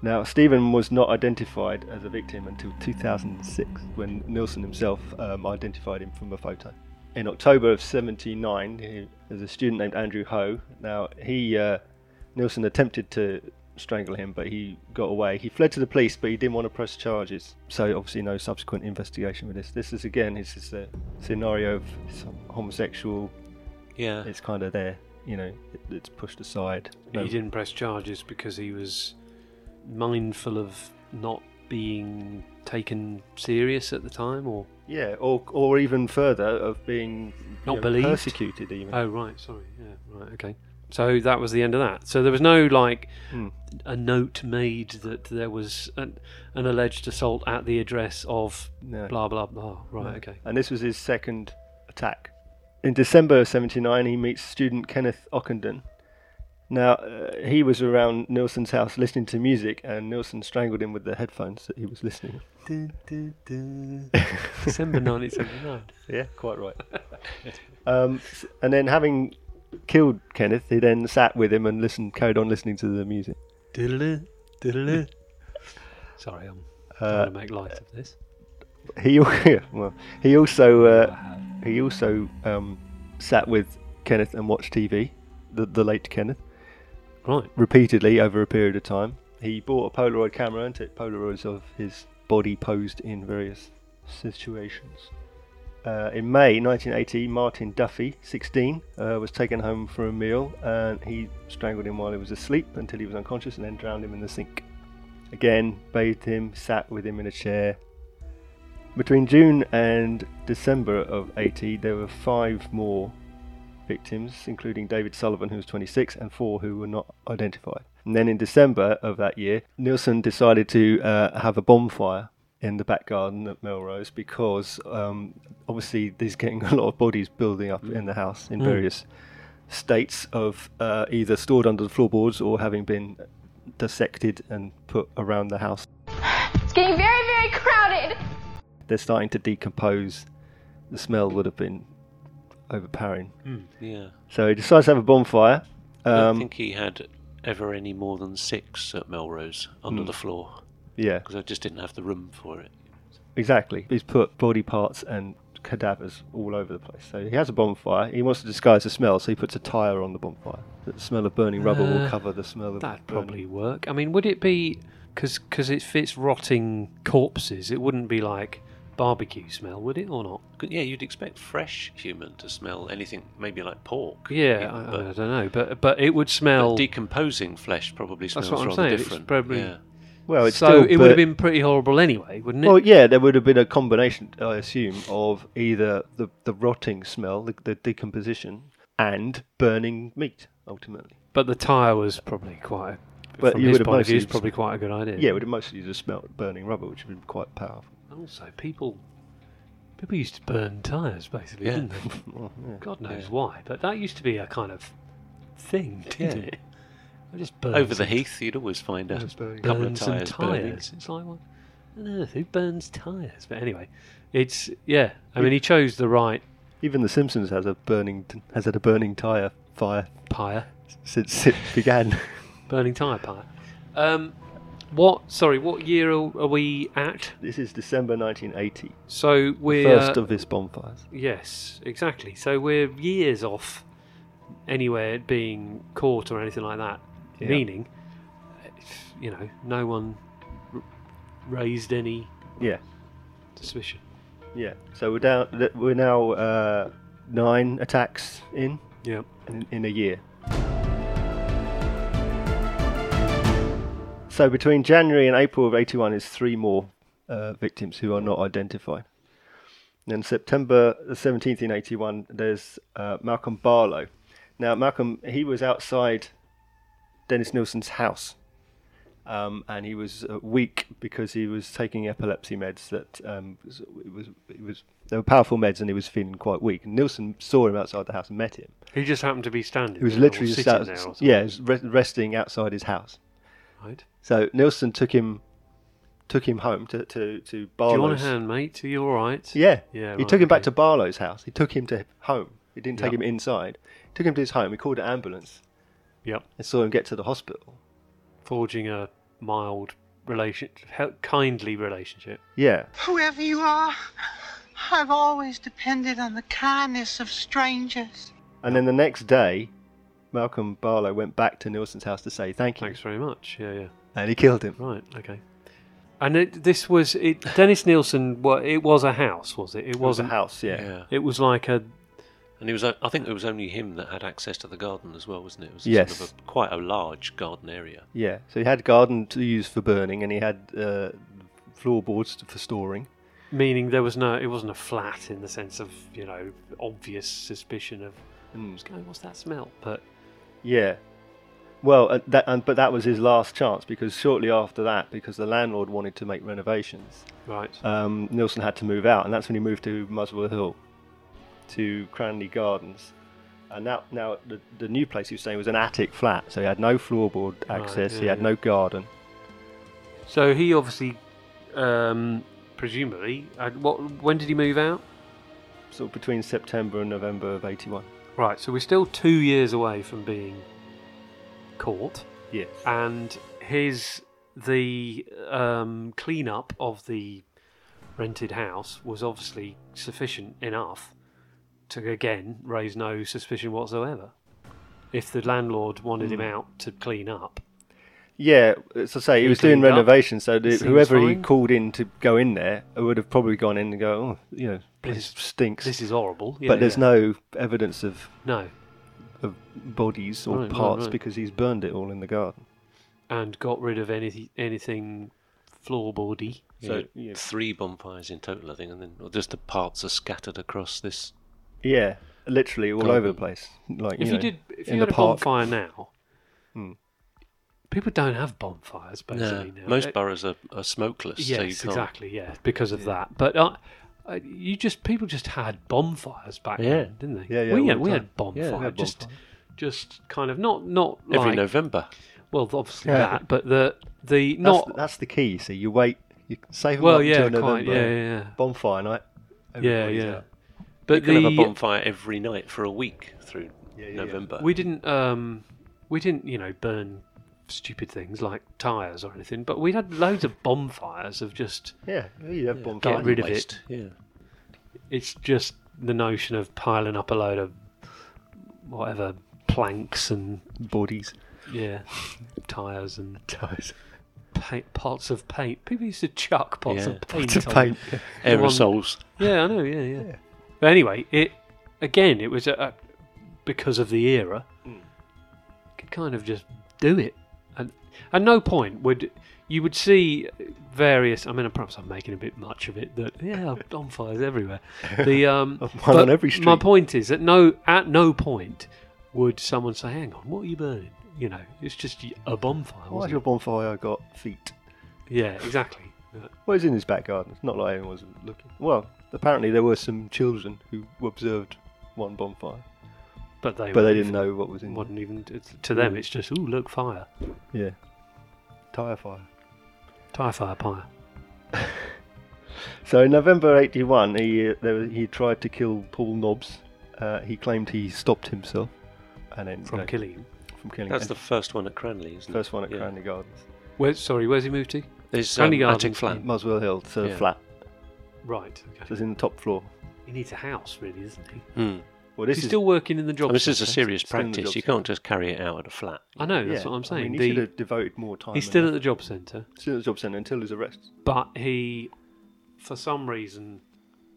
S1: Now Stephen was not identified as a victim until 2006, when Nilsson himself um, identified him from a photo in October of 79, he- there's a student named Andrew Ho. Now, he, uh, Nilsson attempted to strangle him, but he got away. He fled to the police, but he didn't want to press charges. So, obviously, no subsequent investigation with this. This is, again, this is a scenario of some homosexual.
S2: Yeah.
S1: It's kind of there, you know, it, it's pushed aside. No-
S3: He didn't press charges because he was mindful of not being taken serious at the time, or
S1: Yeah, or, or even further, of being
S3: Not
S1: you know,
S3: believed?
S1: persecuted, even.
S3: oh right, sorry, yeah, right, okay. So that was the end of that. So there was no like
S1: Hmm.
S3: a note made that there was an, an alleged assault at the address of
S1: No.
S3: blah blah blah. Right, okay.
S1: And this was his second attack. In December of 79, he meets student Kenneth Ockenden. Now, uh, he was around Nilsson's house listening to music, and Nilsson strangled him with the headphones that he was listening.
S3: December 1979.
S1: Yeah, quite right. um, s- and then, having killed Kenneth, he then sat with him and listened, carried on listening to the music.
S3: Diddle-ly, diddle-ly. Sorry, I'm
S1: Uh,
S3: trying to make light of this.
S1: he al- well, he also uh, he also um, sat with Kenneth and watched TV, the, the late Kenneth.
S3: Right.
S1: repeatedly over a period of time. He bought a Polaroid camera and took Polaroids of his body posed in various situations. Uh, in May 1980, Martin Duffy, 16, uh, was taken home for a meal and he strangled him while he was asleep until he was unconscious and then drowned him in the sink. Again, bathed him, sat with him in a chair. Between June and December of 80, there were five more victims, including David Sullivan, who was 26, and four who were not identified. And then in December of that year, Nielsen decided to uh, have a bonfire in the back garden at Melrose because um, obviously there's getting a lot of bodies building up in the house in various states of uh, either stored under the floorboards or having been dissected and put around the house.
S8: It's getting very, very crowded.
S1: They're starting to decompose. The smell would have been overpowering.
S2: Yeah.
S1: So he decides to have a bonfire.
S2: I don't
S1: Um,
S2: think he had ever any more than six at Melrose under
S3: hmm.
S2: the floor
S1: yeah.
S2: because I just didn't have the room for it.
S1: Exactly. He's put body parts and cadavers all over the place. So he has a bonfire. He wants to disguise the smell, so he puts a tire on the bonfire. The smell of burning rubber will
S3: Uh,
S1: cover the smell of
S3: That'd
S2: um,
S1: burning-
S3: probably work. I mean, would it be because it fits rotting corpses? It wouldn't be like barbecue smell, would it, or not?
S2: 'Cause, Yeah, you'd expect fresh human to smell anything, maybe like pork.
S3: Yeah,
S2: even,
S3: I, I
S2: but,
S3: don't know, but but it would
S2: but
S3: smell.
S2: decomposing flesh probably
S3: That's
S2: smells
S3: what I'm
S2: rather
S3: saying, it's
S2: different.
S3: probably-
S2: yeah.
S1: Well, Oh, it's
S3: so
S1: still
S3: it would have
S1: bur-
S3: been pretty horrible anyway, wouldn't it?
S1: Well, yeah, there would have been a combination, I assume, of either the, the rotting smell, the, the decomposition, and burning meat, ultimately.
S3: but the tire was probably quite.
S1: But
S3: from
S1: you
S3: his
S1: would have
S3: point of view, it's
S1: mostly-
S3: probably quite a good idea.
S1: Yeah, it would have mostly just smelled burning rubber, which would have been quite powerful.
S3: Also, people people used to burn tires basically,
S2: Yeah.
S3: didn't they?
S1: Well, yeah.
S3: God knows
S2: Yeah.
S3: why, but that used to be a kind of thing, didn't
S2: Yeah.
S3: it? I just burn
S2: Over the
S3: some-
S2: heath, you'd always find a
S1: Just burning.
S2: couple
S3: burn
S2: of
S3: some
S2: tyres
S3: tires.
S2: burning.
S3: It's like what on earth? Who burns tires? But anyway, it's yeah. I mean, he chose the right
S1: Even The Simpsons has a burning t- has had a burning tire fire
S3: pyre,
S1: since it began.
S3: burning tire pyre. Um, what? Sorry, what year are, are we at?
S1: This is December 1980.
S3: So we're
S1: First of his bonfires.
S3: yes, exactly. So we're years off anywhere being caught or anything like that.
S1: Yeah.
S3: Meaning, if, you know, no one r- raised any
S1: Yeah,
S3: suspicion.
S1: yeah. So we're down. th- We're now uh, nine attacks in,
S3: Yeah.
S1: in in a year. So between January and April of '81 is three more uh, victims who are not identified. Then September the 17th in 81, there's uh, Malcolm Barlow. Now, Malcolm, he was outside Dennis Nilsson's house. Um, and he was uh, weak because he was taking epilepsy meds that um, was- it was, it was, they were powerful meds and he was feeling quite weak. And Nilsson saw him outside the house and met him.
S3: He just happened to be standing.
S1: He was
S3: there or
S1: literally just
S3: sitting
S1: out-
S3: there or something,
S1: yeah, he was re- resting outside his house.
S3: Right.
S1: So Nilsson took him took him home to, to, to Barlow's.
S3: Do you want a hand, mate? Are you all right?
S1: Yeah.
S3: Yeah,
S1: He
S3: right,
S1: took him back
S3: okay.
S1: to Barlow's house. He took him to home. He didn't take
S3: Yeah.
S1: him inside. Took him to his home. He called an ambulance
S3: Yep.
S1: and saw him get to the hospital.
S3: Forging a mild relation, hel- kindly relationship.
S1: Yeah.
S9: Whoever you are, I've always depended on the kindness of strangers.
S1: And then the next day, Malcolm Barlow went back to Nilsson's house to say thank you,
S3: Thanks very much. Yeah, yeah.
S1: and he killed him.
S3: Right. Okay. And it, this was it. Dennis Nielsen. What it was a house, was it? It
S1: It was a
S3: wasn't.
S1: house. Yeah.
S2: Yeah.
S3: It was like a
S2: And it was, uh, I think it was only him that had access to the garden as well, wasn't it? It was sort
S1: Yes.
S2: of a, quite a large garden area.
S1: Yeah. So he had garden to use for burning, and he had uh, floorboards to- for storing.
S3: meaning there was no. It wasn't a flat in the sense of you know obvious suspicion of. What's going? What's that smell? But
S1: Yeah. Well, uh, that, and, but that was his last chance because shortly after that, because the landlord wanted to make renovations,
S3: right.
S1: um, Nilsson had to move out, and that's when he moved to Muswell Hill, to Cranley Gardens. And that, now the, the new place he was staying was an attic flat, so he had no floorboard
S3: Right,
S1: access, he
S3: yeah,
S1: had
S3: yeah.
S1: no garden.
S3: So he obviously, um, presumably, uh, what? When did he move out?
S1: sort of between September and November of 81.
S3: Right. So we're still two years away from being caught.
S1: Yeah.
S3: and his the um, cleanup of the rented house was obviously sufficient enough to again raise no suspicion whatsoever. If the landlord wanted
S1: Hmm.
S3: him out to clean up,
S1: Yeah, as I say, he
S3: He
S1: was doing
S3: cleaned up.
S1: renovations, so the,
S3: Seems
S1: whoever he
S3: fine.
S1: called in to go in there would have probably gone in and go, oh, you know, this stinks.
S3: this is horrible. Yeah,
S1: but there's
S3: yeah.
S1: no evidence of,
S3: no,
S1: of bodies or
S3: Right, right,
S1: parts
S3: right.
S1: because he's burned it all in the garden.
S3: and got rid of anything anything floorboardy.
S1: So,
S2: So
S1: yeah.
S2: three bonfires in total, I think, and then well, just the parts are scattered across this.
S1: Yeah, literally all over the place. Like
S3: Oh. If you,
S1: know,
S3: did, if
S1: in
S3: you
S1: the
S3: had a
S1: park. Hmm.
S3: bonfire now, people don't have bonfires basically now.
S2: most
S3: It-
S2: Uh, boroughs are, are smokeless,
S3: Yes,
S2: so you can't.
S3: exactly. Yeah, because of that. But uh, uh, you just people just had bonfires back
S2: Yeah.
S3: then, didn't they?
S1: Yeah, yeah,
S3: We
S1: all
S3: had,
S1: the
S3: we
S1: time.
S3: had bonfire.
S2: Yeah, we had
S3: just,
S1: bonfire.
S3: just kind of not not
S2: Every
S3: like,
S2: November.
S3: Well, obviously
S1: Yeah.
S3: that, but the the
S1: That's,
S3: not
S1: the, that's the key. So you wait, you save them
S3: well,
S1: up
S3: yeah,
S1: until
S3: quite,
S1: November.
S3: yeah, yeah,
S1: Bonfire night.
S3: yeah, yeah,
S1: everybody's
S3: yeah.
S1: out.
S3: But
S2: You can have a
S3: the
S2: bonfire every night for a week through
S1: yeah, yeah.
S2: November.
S3: we didn't um we didn't you know burn stupid things like tires or anything, but we had loads of bonfires of just
S1: Yeah, you have bonfire.
S3: get rid of it.
S2: Waste, Yeah.
S3: it's just the notion of piling up a load of whatever planks and
S1: Bodies.
S3: yeah tires and tires paint, pots of paint people used to chuck pots
S2: Yeah.
S3: of paint,
S1: To
S3: on-
S1: paint.
S2: Aerosols.
S3: yeah i know yeah, yeah but anyway it again it was a, a, because of the era
S1: Mm.
S3: you could kind of just do it and at no point would you would see various i mean perhaps i'm making a bit much of it that yeah bonfires everywhere the um
S1: One
S3: but
S1: on every street.
S3: My point is that no, at no point would someone say, "Hang on, what are you burning?" You know, it's just a bonfire.
S1: Why's
S3: Wasn't
S1: your
S3: it?
S1: bonfire got feet?
S3: Yeah, exactly. Yeah.
S1: Well, it's in his back garden. It's not like anyone was looking. Well, apparently there were some children who observed one bonfire,
S3: But they,
S1: but they
S3: wouldn't
S1: didn't
S3: even-
S1: know Mm. what was in there.
S3: Wouldn't even it's- to them. It's just, "Ooh, look, fire,
S1: Yeah. Tire fire.
S3: tire fire, pyre."
S1: So in November 81, he, uh, there was, he tried to kill Paul Nobbs. Uh, he claimed he stopped himself and then
S3: From
S1: uh,
S3: killing him.
S1: from killing
S2: That's
S1: and
S2: the first one at Cranley, isn't it?
S1: first one at
S2: yeah.
S1: Cranley Gardens.
S3: Where, sorry, where's he moved to?
S2: There's um,
S3: Cranley Gardens.
S2: Attic Flat.
S1: Muswell Hill, so the
S2: Yeah.
S1: flat.
S3: Right.
S1: So
S3: Okay.
S1: it's in the top floor.
S3: He needs a house, really, doesn't he?
S2: Hmm.
S1: Well, this
S3: He's
S1: is Oh,
S3: still working in the job.
S2: I mean, this is a
S3: centre.
S2: serious
S1: still in the
S2: practice.
S1: job
S2: You can't just carry it out at a flat.
S3: I know, that's
S1: yeah,
S3: what I'm saying.
S1: I mean,
S3: The-
S1: he should have devoted more time.
S3: he's
S1: and
S3: still at
S1: effort-
S3: the job centre,
S1: still at the job centre until his arrest.
S3: but he, for some reason,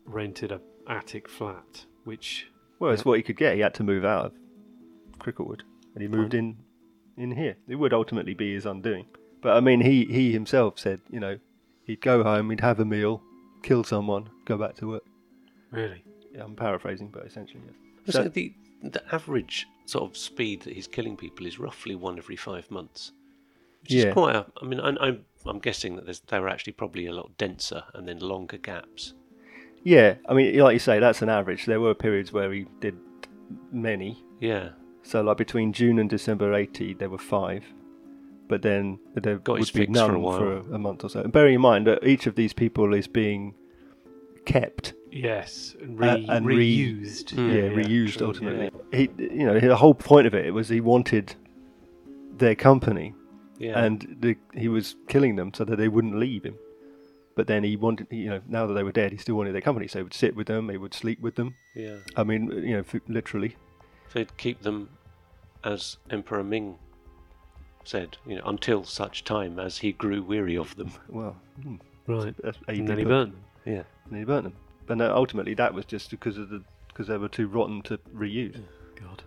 S3: rented a attic flat, which
S1: Well, it's what he could get. He had to move out of Cricklewood, and he moved in in here. It would ultimately be his undoing. But I mean, he he himself said, you know, he'd go home, he'd have a meal, kill someone, go back to work.
S3: really
S1: Yeah, I'm paraphrasing, but essentially, yes.
S2: So,
S1: So-
S2: the the average sort of speed that he's killing people is roughly one every five months, which
S1: Yeah.
S2: is quite. A, I mean, I, I'm I'm guessing that there's, they were actually probably a lot denser and then longer gaps.
S1: Yeah, I mean, like you say, that's an average. There were periods where he did many.
S2: Yeah,
S1: So, like between June and December 80, there were five. But then there
S2: Got his
S1: would be
S2: fix for a
S1: none
S2: while.
S1: for a, a month or so. And bearing in mind that each of these people is being kept
S3: yes, and,
S1: Uh,
S3: re-
S1: and re-
S3: reused,
S2: Hmm.
S1: yeah, reused
S3: true,
S1: ultimately.
S3: yeah.
S1: He, you know, the whole point of it was he wanted their company,
S2: yeah.
S1: and the, he was killing them so that they wouldn't leave him. But then he wanted, you know, now that they were dead, he still wanted their company. So he would sit with them, he would sleep with them.
S2: yeah.
S1: I mean, you know, f- literally.
S2: So he'd keep them, as Emperor Ming said, you know, until such time as he grew weary of them.
S1: Well, hmm,
S3: Right,
S1: that's
S3: and
S1: AD,
S3: then he
S1: but-
S3: burnt. them.
S2: Yeah.
S1: And he burnt them. But no, ultimately, that was just because of the because they were too rotten to reuse.
S3: God,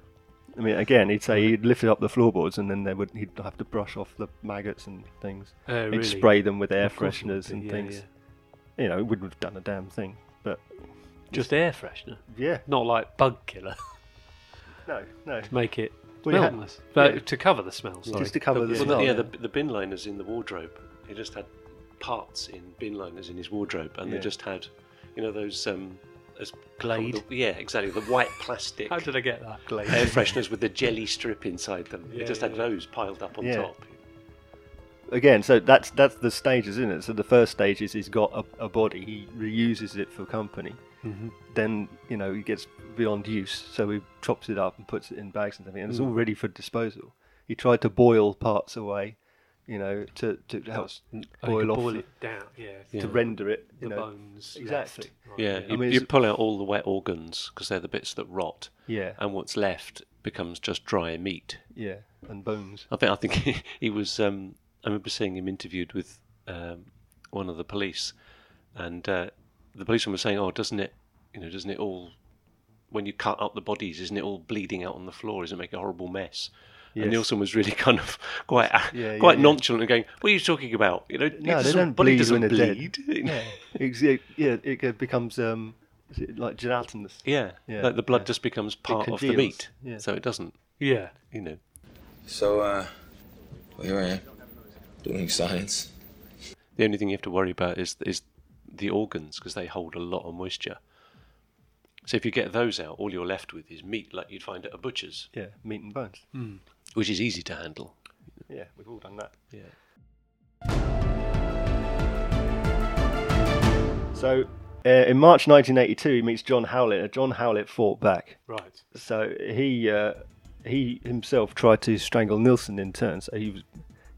S1: I mean, again, he'd say he'd lifted up the floorboards, and then they would he'd have to brush off the maggots and things.
S3: Oh,
S1: he'd
S3: really?
S1: spray them with air
S3: Of course it would
S1: fresheners
S3: be,
S1: and
S3: yeah,
S1: things.
S3: yeah.
S1: you know, it wouldn't have done a damn thing. But
S3: Just air freshener,
S1: yeah,
S3: not like bug killer.
S1: no, no,
S3: Make it
S1: Well, you had-
S3: smell-less. No,
S1: yeah.
S3: to cover the smell. Sorry.
S1: just to cover the
S2: Well,
S1: smell.
S2: yeah, the, the bin liners in the wardrobe. He just had parts in bin liners in his wardrobe, and
S1: Yeah.
S2: they just had, you know, those um, as
S3: Glade?
S2: the- yeah, exactly. The white plastic
S3: How did I get that?
S2: air fresheners with the jelly strip inside them. He
S3: Yeah,
S2: just
S3: yeah.
S2: had those piled up on
S1: Yeah.
S2: top.
S1: Again, so that's that's the stages, isn't it? So the first stage is he's got a, a body, he reuses it for company.
S3: Mm-hmm.
S1: Then you know he gets beyond use, so he chops it up and puts it in bags and everything, and it's
S3: Mm.
S1: all ready for disposal. He tried to boil parts away, you know, to to help
S3: Oh, you
S1: boil
S3: could
S1: off
S3: boil
S1: the-
S3: it down. Yeah,
S1: to render it, you
S3: the
S1: know,
S3: bones.
S1: exactly.
S3: left. Right,
S2: Yeah, you,
S1: mean,
S2: you
S1: it's-
S2: pull out all the wet organs because they're the bits that rot,
S1: yeah,
S2: and what's left becomes just dry meat.
S1: yeah, and bones.
S2: I think I think he, was. Um, I remember seeing him interviewed with um, one of the police, and uh, the policeman was saying, "Oh, doesn't it? You know, doesn't it all? When you cut up the bodies, isn't it all bleeding out on the floor? Doesn't it make a horrible mess?"
S1: Yes.
S2: And Nielsen was really kind of quite
S1: yeah,
S2: quite
S1: yeah.
S2: nonchalant and going, "What are you talking about? You know, it
S1: No, they
S2: doesn't-
S1: don't
S2: body
S1: bleed
S2: doesn't
S1: when they're dead."
S2: bleed." You know?
S1: Ex- it- yeah, it go- becomes um, is it like gelatinous.
S2: yeah,
S1: Yeah,
S2: like the blood
S1: yeah.
S2: just becomes part of the
S1: congeals,
S2: meat,
S1: yeah.
S2: so it doesn't.
S3: Yeah.
S2: You know,
S10: So, uh, well, here I am, doing science.
S2: the only thing you have to worry about is is the organs because they hold a lot of moisture. So if you get those out, all you're left with is meat, like you'd find at a butcher's,
S1: Yeah, meat and bones.
S2: which is easy to handle.
S1: Yeah, we've all done that.
S2: Yeah.
S1: So, uh, in March 1982, he meets John Howlett. and John Howlett fought back.
S3: Right.
S1: So he uh, he himself tried to strangle Nilsson in turn. So he was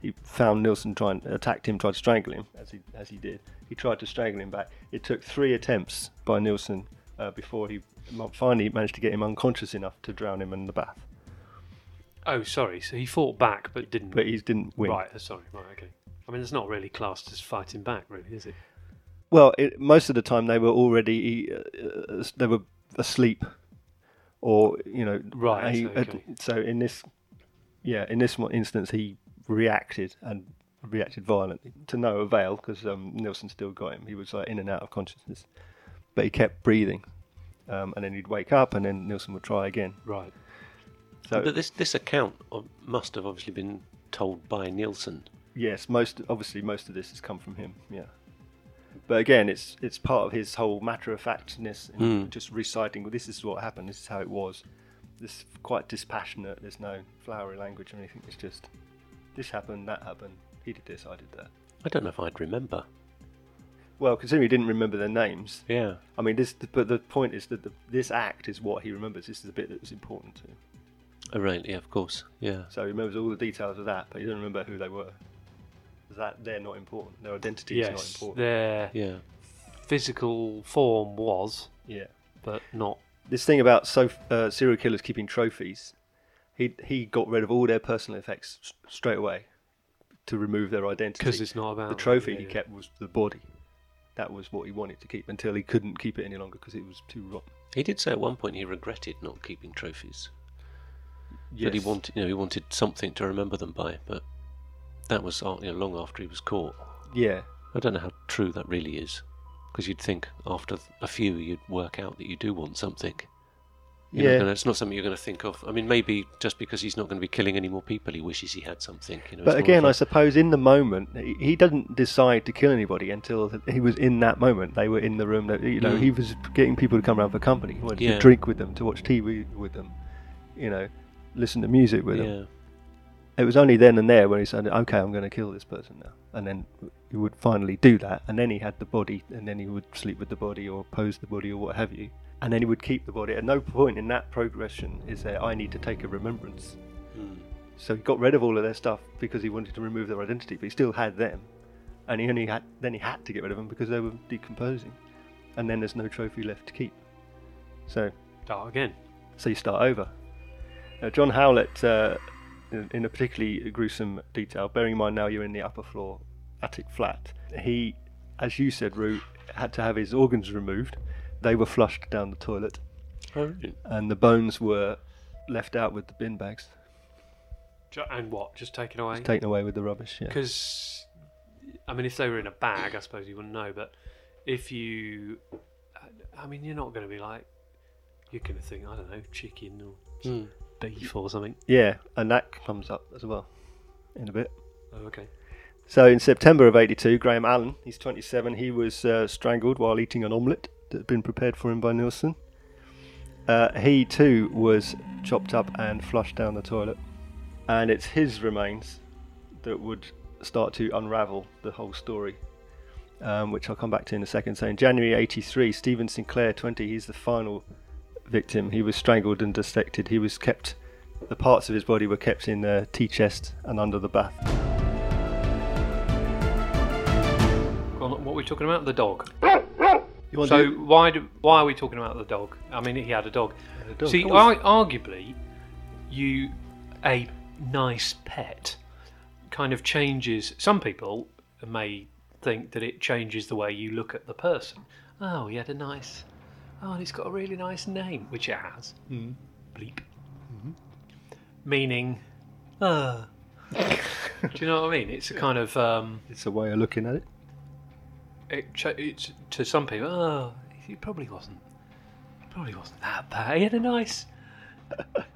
S1: he found Nilsson trying attacked him, tried to strangle him as he as he did. He tried to strangle him back. It took three attempts by Nilsson uh, before he mo- finally managed to get him unconscious enough to drown him in the bath.
S3: Oh, sorry. So he fought back, but didn't.
S1: But he didn't win.
S3: Right. uh, Sorry. Right. Okay. I mean, it's not really classed as fighting back, really, is it?
S1: Well, it, most of the time they were already uh, uh, they were asleep, or you know,
S3: Right,
S1: he-
S3: okay.
S1: so in this, yeah, in this one instance, he reacted and reacted violently to no avail because um, Nilsson still got him. He was like in and out of consciousness, but he kept breathing, um, and then he'd wake up, and then Nilsson would try again.
S3: Right.
S1: So
S2: But this this account of- must have obviously been told by Nielsen.
S1: Yes, most obviously most of this has come from him. Yeah, but again, it's it's part of his whole matter of factness and just reciting. Well, this is what happened. This is how it was. This is quite dispassionate. There's no flowery language or anything. It's just this happened, that happened. He did this, I did that.
S2: I don't know if I'd remember.
S1: Well, considering he didn't remember their names,
S2: Yeah.
S1: I mean, this. But the point is that the, this act is what he remembers. This is the bit that was important to him.
S2: Oh, right. Yeah. Of course. Yeah.
S1: So he remembers all the details of that, but he doesn't remember who they were. That they're not important. Their identity is not
S3: yes.
S1: important.
S3: Their
S2: Yeah.
S3: physical form was,
S1: Yeah.
S3: but not
S1: this thing about so, uh, serial killers keeping trophies. He he got rid of all their personal effects s- straight away to remove their identity
S3: 'Cause it's not about
S1: the
S3: them,
S1: trophy
S3: yeah,
S1: he
S3: yeah.
S1: kept was the body. That was what he wanted to keep until he couldn't keep it any longer because it was too rotten.
S2: He did say at one point he regretted not keeping trophies. That he
S1: Yes.
S2: wanted, you know, he wanted something to remember them by, but that was uh, you know, long after he was caught.
S1: Yeah,
S2: I don't know how true that really is, because you'd think after th- a few you'd work out that you do want something. You're not
S1: yeah.
S2: gonna- it's not something you're going to think of. I mean, maybe just because he's not going to be killing any more people, he wishes he had something. You know,
S1: But
S2: it's more
S1: again,
S2: of
S1: I
S2: a-
S1: suppose in the moment he, he doesn't decide to kill anybody until th- he was in that moment. They were in the room. That you know
S2: Mm.
S1: he was getting people to come around for company. He wanted
S2: Yeah.
S1: to drink with them, to watch TV with them, you know, listen to music with them.
S2: yeah,
S1: It was only then and there when he said, "Okay, I'm going to kill this person now," and then he would finally do that. And then he had the body, and then he would sleep with the body or pose the body or what have you. And then he would keep the body. At no point in that progression is there, "I need to take a remembrance." So he got rid of all of their stuff because he wanted to remove their identity, but he still had them, and he only had then he had to get rid of them because they were decomposing, and then there's no trophy left to keep. So
S3: Start again.
S1: so you start over. Now, John Howlett, uh, in, in a particularly gruesome detail, bearing in mind now you're in the upper floor attic flat, he, as you said, Rue, had to have his organs removed. They were flushed down the toilet,
S2: Oh, really?
S1: and the bones were left out with the bin bags,
S3: Ju- And what? Just taken away?
S1: taken away with the rubbish. Yeah.
S3: Because, I mean, if they were in a bag, I suppose you wouldn't know. But if you, I mean, you're not going to be like, you're going to think, I don't know, chicken or
S2: Hmm.
S3: beef or something.
S1: Yeah, and that comes up as well in a bit.
S3: Oh, okay.
S1: So in September of 82, Graham Allen, he's 27, he was uh, strangled while eating an omelette that had been prepared for him by Nielsen. Uh, he too was chopped up and flushed down the toilet. And it's his remains that would start to unravel the whole story, um, which I'll come back to in a second. So in January 83, Stephen Sinclair, 20, he's the final victim. He was strangled and dissected. He was kept, the parts of his body were kept in the tea chest and under the bath.
S3: Go on, what were we talking about? The dog.
S1: You want
S3: So why do, why are we talking about the dog? I mean, he had a dog.
S1: dog,
S3: See,
S1: of course.
S3: I, arguably, you a nice pet kind of changes. Some people may think that it changes the way you look at the person. Oh, he had a nice. Oh, and it's got a really nice name, which it has. Mm. Bleep. Meaning, uh. do you know what I mean? It's a kind of. Um,
S1: It's a way of looking at it.
S3: it, ch- it's to some people, oh, he probably wasn't, probably wasn't that bad. He had a nice,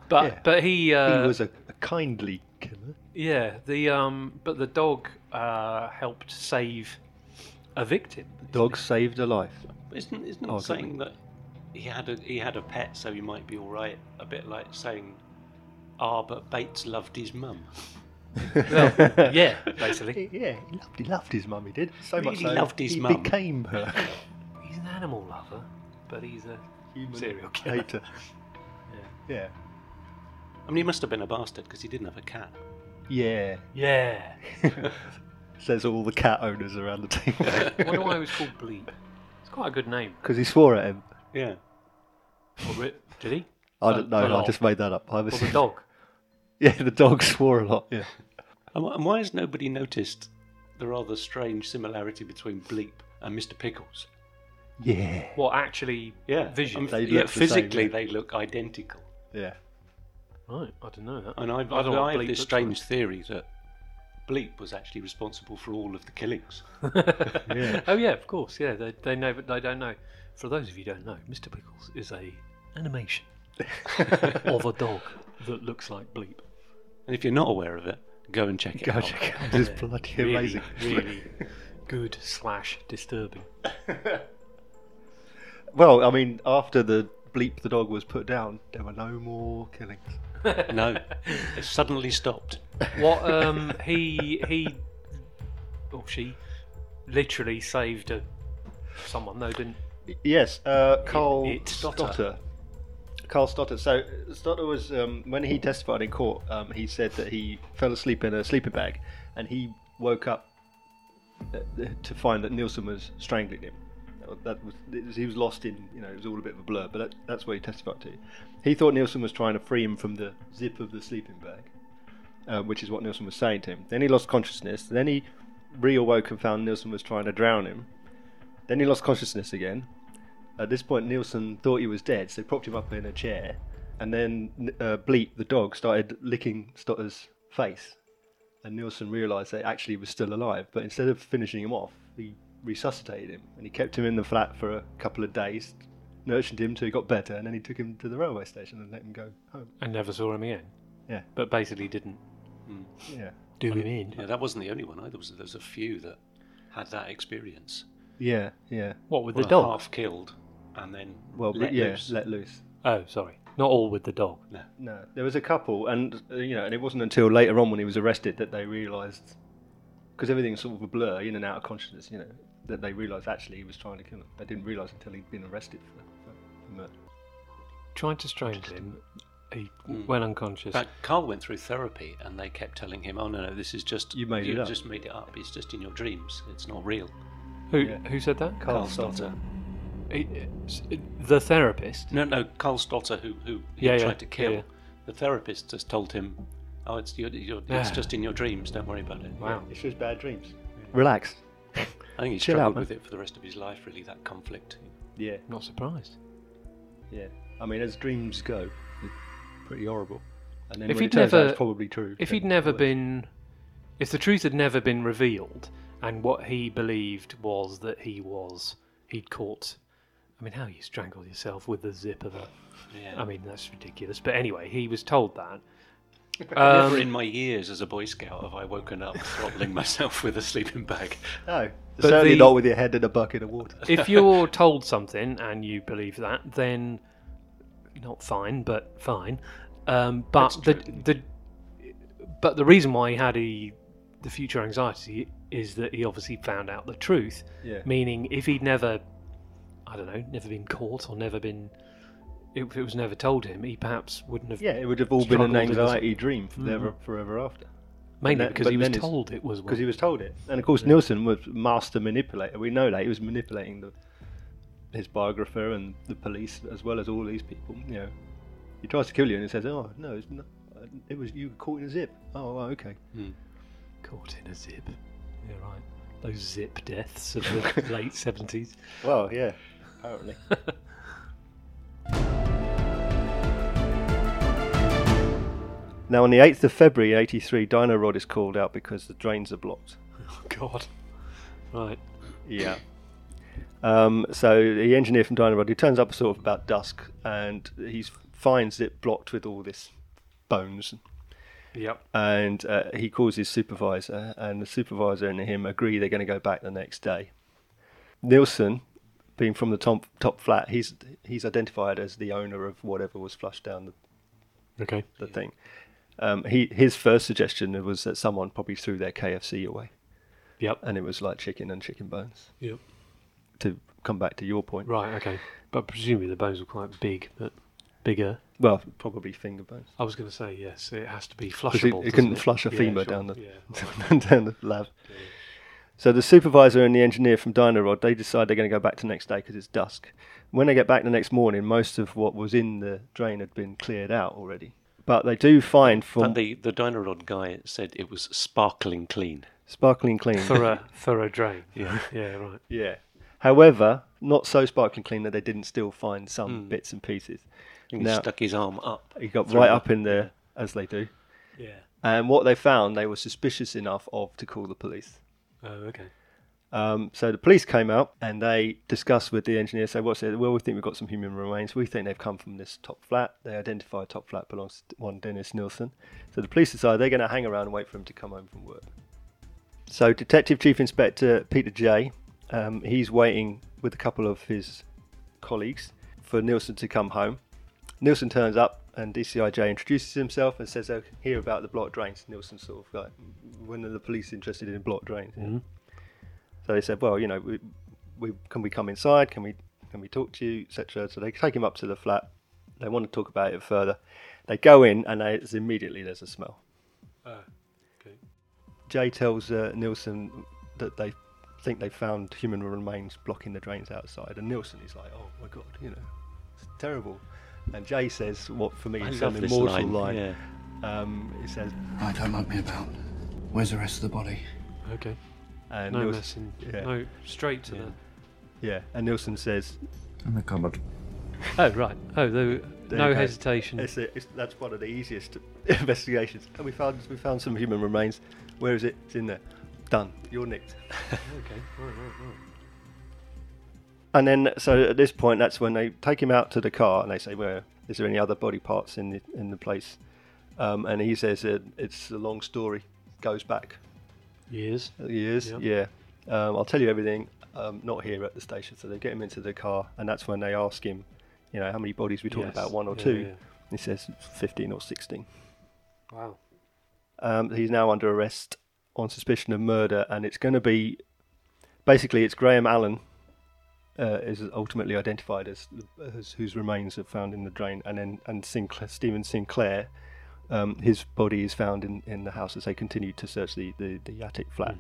S3: but
S1: Yeah.
S3: but he, uh,
S1: he was a, a kindly killer.
S3: yeah, the um, but the dog uh, helped save a victim.
S1: Dog saved a life.
S2: Isn't isn't
S1: Oh,
S2: it
S1: good
S2: saying that he had a he had a pet, so he might be all right? A bit like saying, "Ah, but Bates loved his mum."
S3: yeah, basically,
S1: Yeah, he loved, he loved his mum, he did. So much
S2: Really
S1: so,
S2: loved his
S1: he
S2: mum.
S1: became her.
S3: he's an animal lover, but he's a
S1: Human
S3: serial killer.
S1: Later. Yeah.
S2: I mean, he must have been a bastard because he didn't have a cat.
S1: Yeah.
S3: Yeah,
S1: Says all the cat owners around the
S3: I
S1: table.
S3: wonder why he was called Bleep. It's quite a good name.
S1: Because he swore at him.
S2: Yeah.
S3: Or Ri- Did he?
S1: I don't
S3: a
S1: know, I
S3: lot.
S1: just made that up. I
S3: Or
S1: was,
S3: the dog?
S1: yeah, the dog swore a lot, yeah.
S2: And wh- and why has nobody noticed the rather strange similarity between Bleep and Mr. Pickles?
S1: Yeah.
S3: What actually?
S2: Yeah,
S3: Vision.
S2: I'm-
S1: They
S2: yeah,
S1: look the same,
S2: physically
S1: yeah.
S2: they look identical.
S1: Yeah.
S3: Right, I don't know that.
S2: And I've,
S3: I
S2: I've,
S3: don't know what
S2: I have
S3: Bleep
S2: this
S3: looks like.
S2: strange theory that Bleep was actually responsible for all of the killings.
S3: Oh yeah, of course. Yeah, they, they know, but they don't know. For those of you who don't know, Mr. Pickles is a animation of a dog that looks like Bleep.
S2: And if you're not aware of it, go and check it
S1: Go
S2: out.
S1: check it out. It's bloody
S3: Really,
S1: amazing.
S3: really good slash disturbing.
S1: Well, I mean, after the bleep the dog was put down, there were no more killings.
S2: No, it suddenly stopped.
S3: What um he he or she literally saved a someone though, didn't?
S1: Yes, uh, Carl
S3: it- Stotter.
S1: Stotter. Carl Stotter. So Stotter was um, when he testified in court. Um, he said that he fell asleep in a sleeping bag, and he woke up uh, to find that Nielsen was strangling him. that was it was- he was lost in you know it was all a bit of a blur, but that, that's what he testified to. He thought Nielsen was trying to free him from the zip of the sleeping bag, uh, which is what Nielsen was saying to him. Then he lost consciousness. Then he reawoke and found Nielsen was trying to drown him. Then he lost consciousness again. At this point, Nielsen thought he was dead, so propped him up in a chair, and then uh, Bleep, the dog, started licking Stotter's face and Nielsen realised that actually he was still alive. But instead of finishing him off, he resuscitated him and he kept him in the flat for a couple of days, nurtured him till he got better, and then he took him to the railway station and let him go home.
S3: I never saw him again.
S1: Yeah.
S3: But basically didn't
S1: Yeah,
S3: do him in.
S2: Yeah, that wasn't the only one either. Was there? there was a few that had that experience.
S1: yeah, yeah.
S3: What with
S2: Were
S3: the dog?
S2: half killed, and then
S1: Well,
S2: let
S1: but yeah,
S2: loose.
S1: let loose.
S3: Oh, sorry. Not all with the dog.
S1: No, there was a couple, and uh, you know, and it wasn't until later on when he was arrested that they realised, because everything's sort of a blur, in and out of consciousness, you know, that they realised actually he was trying to kill him. They didn't realise until he'd been arrested for, for, for murder.
S3: Tried to strangle him. He
S1: Hmm.
S3: went unconscious.
S2: In fact, Carl went through therapy, and they kept telling him, "Oh no, no, this is just
S1: You made it up."
S2: just made it up. It's just in your dreams. It's not real."
S3: who
S1: yeah.
S3: who said that?
S1: Carl
S2: Carl Stotter.
S3: He- s- the therapist.
S2: No, no, Carl Stotter, who who he
S3: Yeah, yeah,
S2: tried to kill.
S3: yeah, yeah.
S2: The therapist just told him, "Oh, it's your, your, it's
S1: Ah.
S3: Yeah.
S2: just in your dreams. Don't worry about it."
S3: Wow.
S1: It's just bad dreams. Relax.
S2: I think he
S1: Chill
S2: struggled
S1: out, man.
S2: with it for the rest of his life. Really, that conflict.
S1: Yeah.
S3: Not surprised.
S1: Yeah, I mean, as dreams go, they're pretty horrible. And then
S3: If
S1: when
S3: he'd
S1: it turns out
S3: never-
S1: it's probably true.
S3: If
S1: then
S3: he'd never
S1: it's worse.
S3: been, if the truth had never been revealed, and what he believed was that he was, he'd caught. I mean, how you strangled yourself with the zip of a.
S2: Yeah.
S3: I mean, that's ridiculous. But anyway, he was told that.
S2: Never in my years as a Boy Scout have I woken up throttling myself with a sleeping bag.
S1: no,
S3: But
S1: certainly
S3: the-
S1: not with your head in a bucket of water.
S3: if you're told something and you believe that, then not fine, but fine. Um, but the the but the reason why he had a, the future anxiety is that he obviously found out the truth.
S1: Yeah.
S3: Meaning, if he'd never, I don't know, never been caught or never been, if it was never told him, he perhaps wouldn't have.
S1: Yeah, it would have all been an
S3: Struggled with Mm-hmm. this-
S1: anxiety dream forever, forever after,
S3: Mainly
S1: and that-
S3: because
S1: but
S3: he was
S1: then it's-
S3: told it was.
S1: because he
S3: one.
S1: was told it. And of course, Nielsen was master manipulator. We know that he was manipulating the, his biographer and the police as well as all these people. You know, he tries to kill you and he says, "Oh no, it's not, it was you were caught in a zip." Oh, well, okay.
S3: caught in a zip. Yeah, right. Those zip deaths of the late seventies.
S1: Well, yeah, apparently. now, on the 8th of February 83, Dino Rod is called out because the drains are blocked.
S3: Oh God. Right.
S1: Yeah. Um, so the engineer from Dino Rod, he turns up sort of about dusk and he finds it blocked with all this bones
S3: Yep.
S1: and uh, he calls his supervisor, and the supervisor and him agree they're going to go back the next day. Nielsen, being from the top, top flat, he's he's identified as the owner of whatever was flushed down the,
S3: Okay.
S1: the thing. Um, he his first suggestion was that someone probably threw their KFC away,
S3: Yep.
S1: and it was like chicken and chicken bones.
S3: Yep.
S1: To come back to your point,
S3: Right. Okay. But presumably the bones were quite big, but bigger.
S1: well, probably finger bones
S3: I was going to say yes. It has to be
S1: because it,
S3: flushable.
S1: it couldn't
S3: doesn't
S1: flush a
S3: Yeah,
S1: femur
S3: sure,
S1: down the
S3: Yeah.
S1: down the lab. So the supervisor and the engineer from Dynarod, they decide they're going to go back to next day because it's dusk. When they get back the next morning, most of what was in the drain had been cleared out already. But they do find from
S2: But the the Dynarod guy said it was sparkling clean.
S1: sparkling clean.
S3: for
S2: uh,
S3: a for a drain. Yeah. Yeah. Right.
S1: yeah. However, not so sparkling clean that they didn't still find some bits and pieces.
S2: And he
S1: Now-
S2: Hmm. stuck his arm up.
S1: He got
S2: through
S1: right
S2: the-
S1: up in there, as they do.
S3: Yeah.
S1: And what they found, they were suspicious enough of to call the police.
S3: Oh. Okay.
S1: Um, so the police came out and they discussed with the engineer. Say, what's it? Well, we think we've got some human remains. We think they've come from this top flat. They identify top flat belongs to one Dennis Nilsson. So the police decide they're going to hang around and wait for him to come home from work. So Detective Chief Inspector Peter J. Um, he's waiting with a couple of his colleagues for Nilsson to come home. Nilsson turns up and DCIJ introduces himself and says, "Oh, hear about the block drains." Nilsson sort of like, "When are the police interested in block drains?" So they said, well, you know, we, we can we come inside? Can we can we talk to you, etc. So they take him up to the flat. They want to talk about it further. They go in and they, it's immediately there's a smell.
S3: Oh, okay.
S1: Jay tells uh, Nielsen that they think they found human remains blocking the drains outside. And Nilsson is like, oh my god, you know, it's terrible. And Jay says, what for me
S2: I
S1: is
S2: love
S1: an
S2: this
S1: immortal
S2: line.
S1: line.
S2: Yeah.
S1: Um, it says,
S5: Right, don't mug me about. Where's the rest of the body?
S3: Okay.
S1: and
S3: No
S1: Nils-
S3: messing.
S1: Yeah,
S3: No, straight to
S1: yeah. And Nilsson says,
S5: In the cupboard.
S3: the. Oh right. Oh, the,
S1: There
S3: no
S1: you go.
S3: hesitation.
S1: It's a, it's, that's one of the easiest investigations. And we found we found some human remains. Where is it? It's in there. Done. You're nicked.
S3: Okay. Right, right, right.
S1: And then, so at this point, that's when they take him out to the car and they say, "Where is there any other body parts in the in the place?" Um, and he says, uh, "It's a long story. Goes back
S3: Years.
S1: years. Yeah. Um, I'll tell you everything. Um, not here at the station." So they get him into the car, and that's when they ask him, "You know, how many bodies we talking
S3: Yes.
S1: about? One or
S3: Yeah,
S1: two?
S3: yeah.
S1: He says, 15 or 16.
S3: Wow.
S1: Um, he's now under arrest on suspicion of murder, and it's going to be basically it's Graham Allen uh, is ultimately identified as, as whose remains are found in the drain, and then and Sinclair, Stephen Sinclair, um, his body is found in, in the house as they continue to search the the, the attic flat.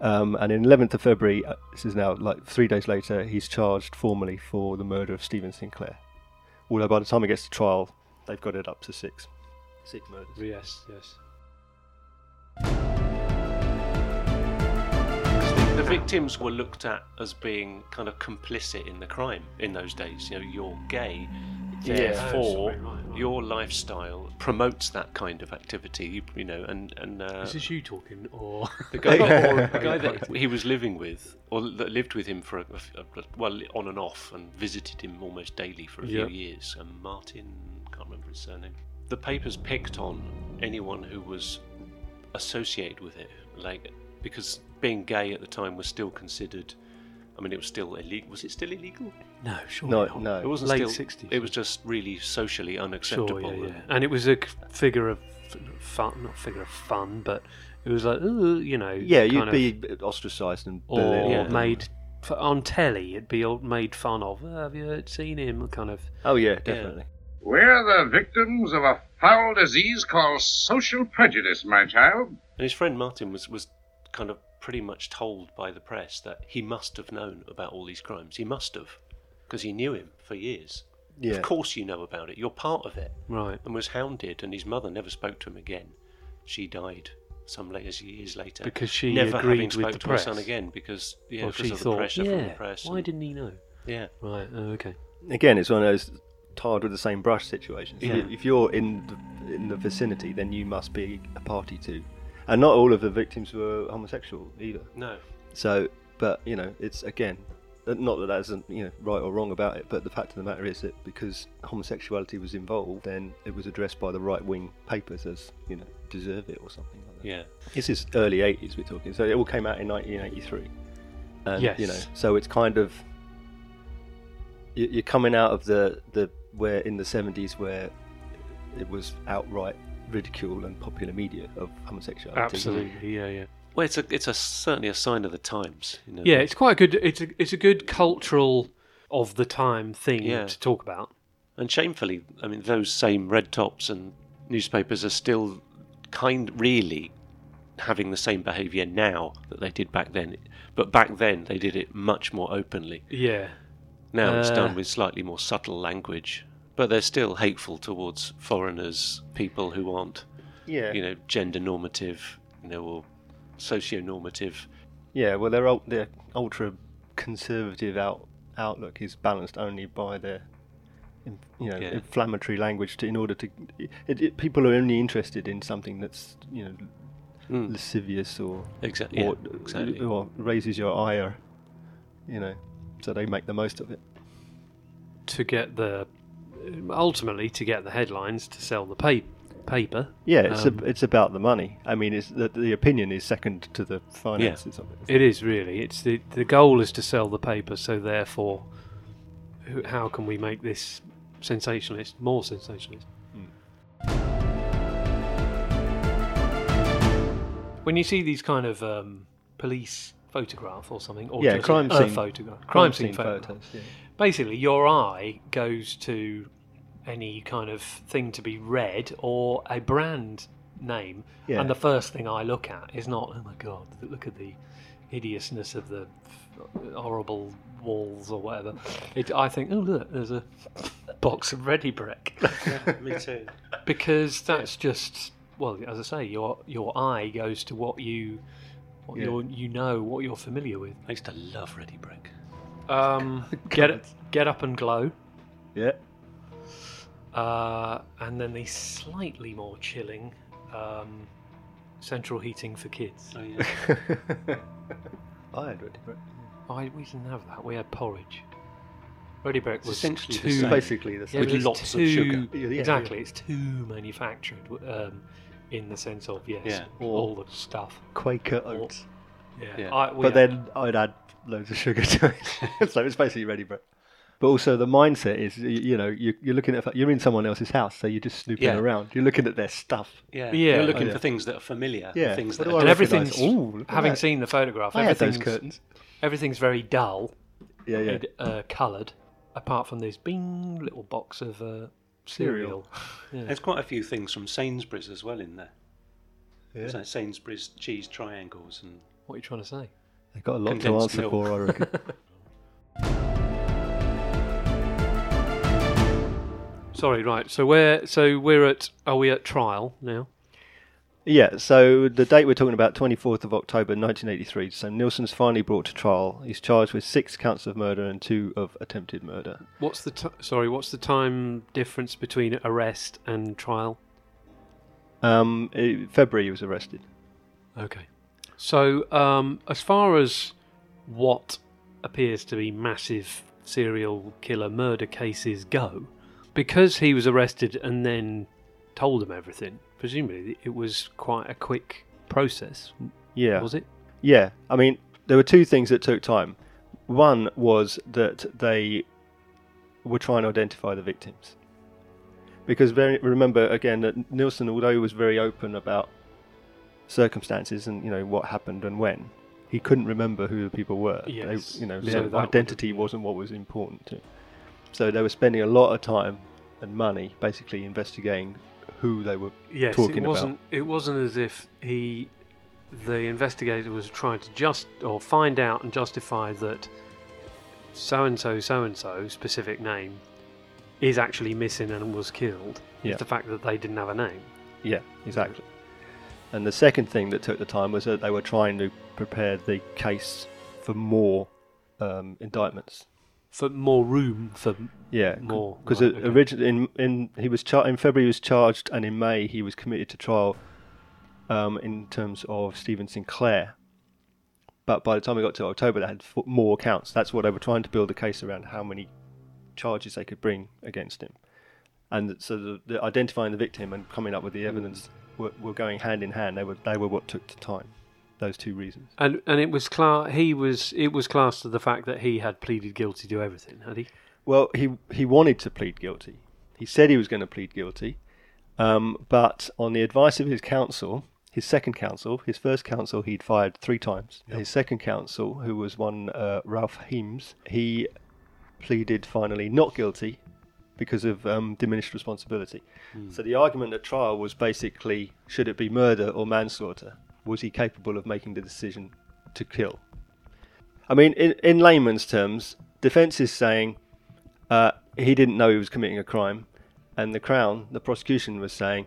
S1: Um, and in 11th of February, uh, this is now like three days later, he's charged formally for the murder of Stephen Sinclair. Although by the time he gets to trial, they've got it up to six. Six murders.
S3: Yes. Yes.
S2: The victims were looked at as being kind of complicit in the crime in those days. You know, you're gay, therefore
S3: sorry, right, right.
S2: your lifestyle promotes that kind of activity. You, you know, and and uh,
S3: Is this you talking, or
S2: the guy, or the guy that he was living with, or that lived with him for a, a- a- well on and off, and visited him almost daily for a
S3: Yep.
S2: few years. And Martin, can't remember his surname. The papers picked on anyone who was associated with it, like because being gay at the time was still considered. I mean, it was still illegal. Was it still illegal?
S3: no? Sure.
S1: No, no.
S2: It wasn't
S3: Late
S2: still,
S3: 60s.
S2: It was just really socially
S3: Sure.
S2: unacceptable.
S3: yeah, yeah.
S2: and-
S3: And it was a c- figure of f- fun, not figure of fun, but it was like, ooh, you know.
S1: Yeah,
S3: kind
S1: you'd
S3: of-
S1: be ostracised and
S3: or
S1: belittled.
S2: Yeah.
S3: made f- on telly. It'd be all made fun of. "Oh, have you seen him? Kind of.
S1: Oh yeah, definitely.
S11: We're the victims of a foul disease called social prejudice, my child.
S2: And his friend Martin was, was kind of pretty much told by the press that he must have known about all these crimes. He must have, because he knew him for years.
S1: Yeah,
S2: Of course, you know about it. You're part of it.
S3: Right.
S2: And was hounded, and his mother never spoke to him again. She died some later, years later.
S3: Because she
S2: never
S3: agreed
S2: having
S3: with
S2: spoke
S3: the
S2: to
S3: press.
S2: her son again because yeah,
S3: well,
S2: because
S3: she
S2: of the
S3: thought.
S2: pressure
S3: yeah.
S2: from the press.
S3: Why
S2: and-
S3: didn't he know?
S2: yeah?
S3: Right. Oh, okay.
S1: again, it's one of those tarred with the same brush situations.
S2: Yeah.
S1: If you're in the, in the vicinity, then you must be a party to, and not all of the victims were homosexual either.
S2: No.
S1: So, but you know, it's again, uh, not that that's you know right or wrong about it, but the fact of the matter is that because homosexuality was involved, then it was addressed by the right wing papers as you know deserve it or something like that.
S2: Yeah.
S1: This is early 80s we're talking, so it all came out in 1983. And, You
S3: Yes.
S1: know, so it's kind of you- you're coming out of the the where in the 70s where it was outright ridicule and popular media of homosexuality.
S3: Absolutely. Yeah. Yeah.
S2: Well, it's a it's a certainly a sign of the times. You know,
S3: Yeah. It's quite a good. It's a, it's a good cultural of the time thing
S2: Yeah.
S3: to talk about.
S2: And shamefully, I mean, those same red tops and newspapers are still kind, really having the same behaviour now that they did back then. But back then, they did it much more openly.
S3: Yeah.
S2: Now it's
S3: Uh.
S2: done with slightly more subtle language, but they're still hateful towards foreigners, people who aren't,
S1: Yeah.
S2: you know, gender normative, you know, or socio normative.
S1: Yeah, well, their ul- their ultra conservative out, outlook is balanced only by their in- you know
S2: Yeah.
S1: inflammatory language to in order to it, it, people are only interested in something that's you know
S3: Mm.
S1: lascivious or
S2: Exactly.
S1: or,
S2: exactly.
S1: or raises your ire, you know. So they make the most of it.
S3: To get the ultimately to get the headlines to sell the pa- paper.
S1: Yeah, it's
S3: Um,
S1: a, it's about the money. I mean, it's the, the opinion is second to the finances of it.
S3: It is really. It's the the goal is to sell the paper, so therefore, who- how can we make this sensationalist more sensationalist?
S1: Hmm.
S3: When you see these kind of um, police photograph or something, or
S1: Yeah,
S3: just
S1: crime
S3: a
S1: scene-
S3: photograph, crime, scene, photo.
S1: photos. Yeah.
S3: Basically, your eye goes to any kind of thing to be read or a brand name,
S1: Yeah.
S3: and the first thing I look at is not oh my god, look at the hideousness of the horrible walls or whatever. It, I think, oh look, there's a box of ready brick.
S2: me too.
S3: because that's just well, as I say, your your eye goes to what you what
S2: Yeah.
S3: you're, you know, what you're familiar with.
S2: I used to love ready brick.
S3: Um, get it, get up and glow.
S1: Yeah.
S3: Uh, and then the slightly more chilling um, central heating for kids. Oh,
S1: yeah. I had ready brick.
S3: Oh, we didn't have that. We had porridge. Ready brick
S1: It's
S3: was
S1: essentially
S3: too,
S1: the same. Basically the same.
S3: but
S1: With
S3: it's
S1: lots of sugar.
S3: too-
S1: Yeah, yeah,
S3: exactly,
S1: yeah.
S3: it's too manufactured w- um, in the sense of yes,
S1: Yeah.
S3: all the stuff.
S1: Quaker oats.
S3: Oh, Yeah, I, we
S1: but
S3: had-
S1: then I'd add loads of sugar to it, so it's basically ready brick. But also the mindset is, you, you know, you, you're looking at you're in someone else's house, so you're just snooping
S2: Yeah.
S1: around. You're looking at their stuff.
S2: Yeah,
S3: Yeah.
S2: you're looking
S1: Yeah.
S2: for things that are familiar.
S1: Yeah.
S2: things
S1: What
S2: that
S1: do I
S2: are
S3: and
S1: recognise?
S3: everything's
S1: Ooh, look at
S3: having
S1: that.
S3: seen the photograph.
S1: I had those
S3: everything's-
S1: curtains.
S3: Everything's very dull.
S1: Yeah, yeah.
S3: and, uh, coloured, apart from this bing little box of uh, cereal. Yeah.
S2: There's quite a few things from Sainsbury's as well in there.
S1: Yeah.
S2: There's like Sainsbury's cheese triangles and
S3: What are you trying to say?
S1: They've got a lot to
S2: Condensed
S1: answer
S2: milk.
S1: for, I reckon.
S3: Sorry, right. So we're so we're at are we at trial now?
S1: Yeah, so the date we're talking about, 24th of October 1983. So Nielsen's finally brought to trial. He's charged with six counts of murder and two of attempted murder.
S3: What's the t- sorry? What's the time difference between arrest and trial?
S1: Um, i- February he was arrested.
S3: Okay. So um, as far as what appears to be massive serial killer murder cases go, because he was arrested and then told them everything, presumably it was quite a quick process.
S1: Yeah.
S3: Was it?
S1: Yeah, I mean, there were two things that took time. One was that they were trying to identify the victims. Because very, remember, again, that Nielsen, although he was very open about circumstances and, you know, what happened and when, he couldn't remember who the people were. They-
S3: Yes,
S1: you know,
S3: so
S1: their
S3: that would-
S1: identity wasn't what was important to him. So they were spending a lot of time and money basically investigating who they were
S3: yes,
S1: talking
S3: it
S1: about.
S3: wasn't. It wasn't as if he, the investigator, was trying to just or find out and justify that so and so, so and so, specific name, is actually missing and was killed.
S1: Yeah.
S3: It's the fact that they didn't have a name.
S1: Yeah, exactly. And the second thing that took the time was that they were trying to prepare the case for more um, indictments.
S3: For more room for
S1: Yeah,
S3: more
S1: because
S3: right, okay.
S1: originally in in he was char- in February he was charged and in May he was committed to trial. Um, in terms of Stephen Sinclair, but by the time we got to October, they had f- more counts. That's what they were trying to build a case around: how many charges they could bring against him, and so the, the identifying the victim and coming up with the evidence
S3: Mm.
S1: were, were going hand in hand. They were they were what took the time. Those two reasons.
S3: and and it was cla- He was. It was classed to the fact that he had pleaded guilty to everything. Had he?
S1: Well, he he wanted to plead guilty. He said he was going to plead guilty, um, but on the advice of his counsel, his second counsel, his first counsel he'd fired three times. His second counsel, who was one uh, Ralph Heames, he pleaded finally not guilty because of um, diminished responsibility. So the argument at trial was basically: should it be murder or manslaughter? Was he capable of making the decision to kill? I mean, in, in layman's terms, defence is saying uh, he didn't know he was committing a crime, and the Crown, the prosecution, was saying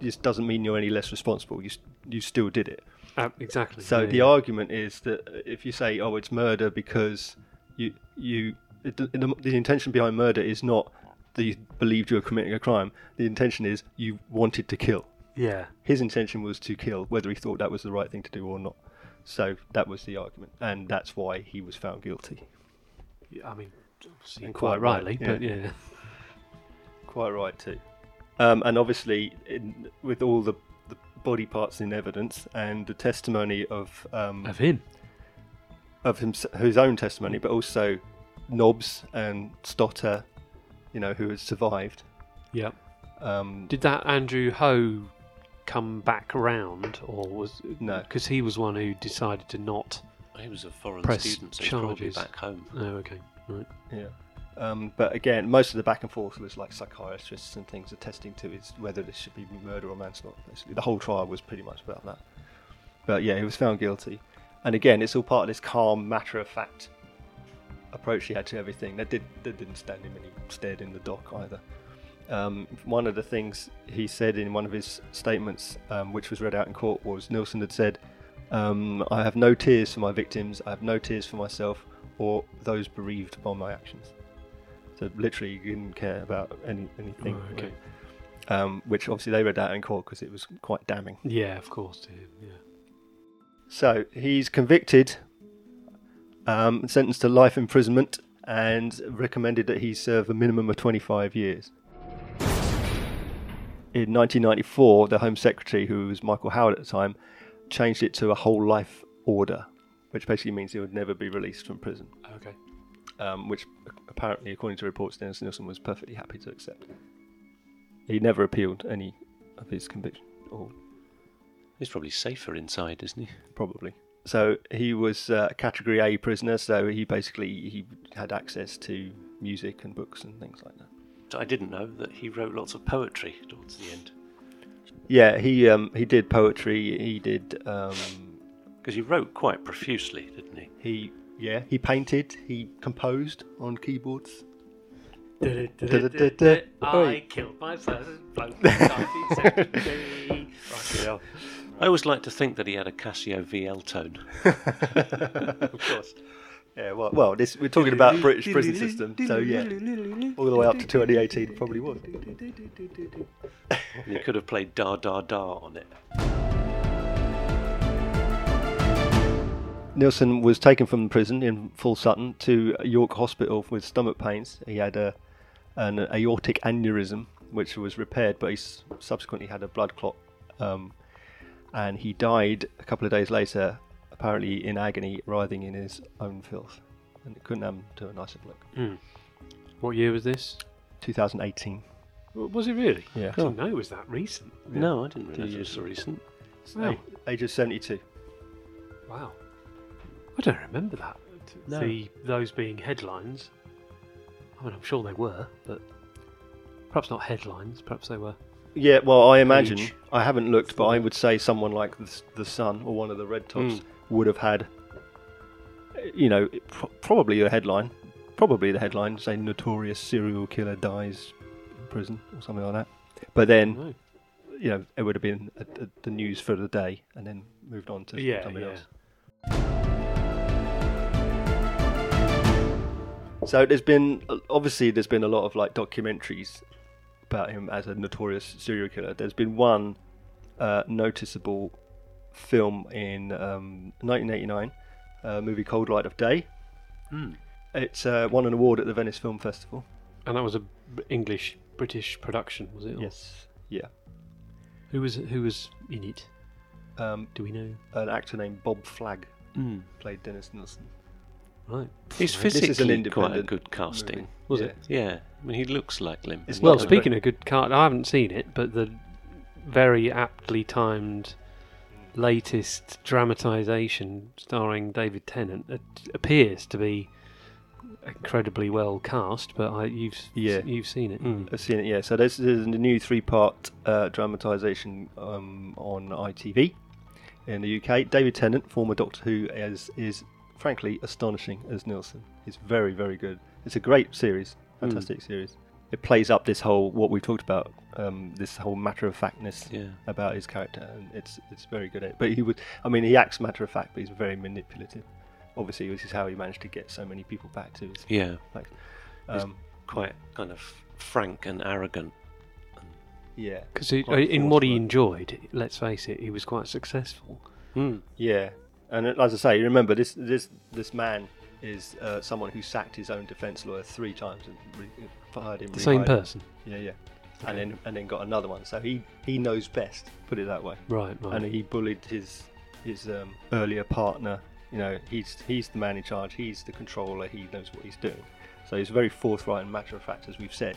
S1: this doesn't mean you're any less responsible. You s- you still did it.
S3: Uh, exactly.
S1: So
S3: yeah,
S1: the
S3: yeah.
S1: argument is that if you say, "Oh, it's murder," because you you it, the, the intention behind murder is not that you believed you were committing a crime. The intention is you wanted to kill.
S3: Yeah.
S1: His intention was to kill, whether he thought that was the right thing to do or not. So that was the argument, and that's why he was found guilty.
S3: I mean, obviously
S1: And quite
S3: quite,
S1: right,
S3: rightly,
S1: yeah.
S3: but yeah.
S1: Quite right too. Um, and obviously, in, with all the, the body parts in evidence and the testimony of um,
S3: Of him.
S1: of hims his own testimony, but also Nobbs and Stotter, you know, who had survived.
S3: Yeah.
S1: Um,
S3: Did that Andrew Ho come back round, or was no? Because he was one who decided to not.
S2: He was a foreign
S3: press
S2: student, so he's probably
S3: charges.
S2: back home.
S3: Oh, okay, right.
S1: Yeah. Um, but again, most of the back and forth was like psychiatrists and things attesting to is whether this should be murder or manslaughter. Basically, the whole trial was pretty much about that. But yeah, he was found guilty, And again, it's all part of this calm, matter-of-fact approach he had to everything. That did that didn't stand him, and he stared in the dock either. Um, one of the things he said in one of his statements, um, which was read out in court, was Nilsson had said, um, "I have no tears for my victims. I have no tears for myself or those bereaved by my actions." So literally, he didn't care about any anything.
S3: Oh, okay.
S1: Um, which obviously they read out in court because it was quite damning.
S3: Yeah, of course, dude. Yeah.
S1: So he's convicted, um, sentenced to life imprisonment, and recommended that he serve a minimum of 25 years. In 1994, the Home Secretary, who was Michael Howard at the time, changed it to a whole life order, which basically means he would never be released from prison.
S3: Okay.
S1: Um, which apparently, according to reports, Dennis Nielsen was perfectly happy to accept. He never appealed any of his conviction or
S2: He's probably safer inside, isn't he?
S1: probably. So he was uh, a category A prisoner, so he basically he had access to music and books and things like that.
S2: I didn't know that he wrote lots of poetry towards the end.
S1: Yeah, he um, he did poetry. He did um,
S2: Because he wrote quite profusely, didn't he?
S1: he yeah he painted. He composed on keyboards.
S3: I killed my first bloke in 1973. Fucking hell.
S2: I always like to think that he had a Casio VL tone.
S1: of course. Yeah, well, well this, we're talking about British prison system, so yeah, all the way up to 2018 probably was.
S2: And he could have played Da Da Da on it.
S1: Nielsen was taken from prison in Full Sutton to York Hospital with stomach pains. He had a, an aortic aneurysm, which was repaired, but he s- subsequently had a blood clot. Um, and he died a couple of days later, apparently in agony, writhing in his own filth. And it couldn't happen to a nicer bloke.
S3: What year was this?
S1: 2018.
S3: W- Was it really?
S1: Yeah.
S3: I didn't know it was that recent.
S2: No, I didn't realise
S1: Two
S2: it was so recent.
S3: Wow.
S1: Age of 72.
S3: Wow. I don't remember that.
S2: No.
S3: The those being headlines. I mean, I'm sure they were, but perhaps not headlines. Perhaps they were.
S1: Yeah, well, I imagine
S3: Age.
S1: I haven't looked, but I would say someone like the, S- the Sun or one of the Red Tops would have had, uh, you know, it pro- probably a headline, probably the headline say "Notorious Serial Killer Dies in Prison" or something like that. But then,
S3: No.
S1: you know, it would have been a, a, the news for the day, and then moved on to
S3: Yeah,
S1: something
S3: yeah.
S1: else. So there's been obviously there's been a lot of like documentaries about him as a notorious serial killer. There's been one uh, noticeable film in um, 1989, a movie Cold Light of Day.
S3: Hmm.
S1: It's uh, won an award at the Venice Film Festival.
S3: And that was a B- English British production, was it? Or
S1: Yes, yeah.
S3: Who was who was in it?
S1: Um,
S3: Do we know?
S1: an actor named Bob Flagg played Dennis Nielsen.
S3: Right.
S2: He's
S1: This is an
S2: physically quite a
S1: independent
S2: good casting.
S1: movie.
S3: Was
S1: Yeah.
S3: it?
S2: Yeah, I mean, he looks like Lim.
S1: It's
S3: Well,
S1: not a
S3: speaking
S1: very-
S3: of good card, I haven't seen it, but the very aptly timed latest dramatization starring David Tennant it appears to be incredibly well cast. But I, you've
S1: Yeah. Mm.
S3: you've seen it.
S1: I've seen it, yeah. So this is the new three-part uh, dramatisation um, on ITV in the UK. David Tennant, former Doctor Who, is is frankly astonishing as Nielsen. It's very, very good. It's a great series, fantastic series. It plays up this whole what we talked about, um, this whole matter of factness
S2: Yeah.
S1: about his character, and it's it's very good. At it. But he would, I mean, he acts matter of fact, but he's very manipulative. Obviously, this is how he managed to get so many people back to his.
S2: Yeah,
S1: Like,
S2: He's
S1: um,
S2: quite kind of frank and arrogant.
S1: yeah,
S3: Because uh, in
S1: Quite
S3: what he
S1: forceful.
S3: enjoyed, let's face it, he was quite successful.
S1: Yeah, and it- as I say, remember this this this man is uh, someone who sacked his own defence lawyer three times and re- fired him.
S3: The same
S1: rehired him.
S3: person.
S1: Yeah, yeah, and then and then got another one. So he he knows best. Put it that way.
S3: Right, right.
S1: And he bullied his his um, earlier partner. You know, he's he's the man in charge. He's the controller. He knows what he's doing. So he's very forthright and matter of fact, as we've said.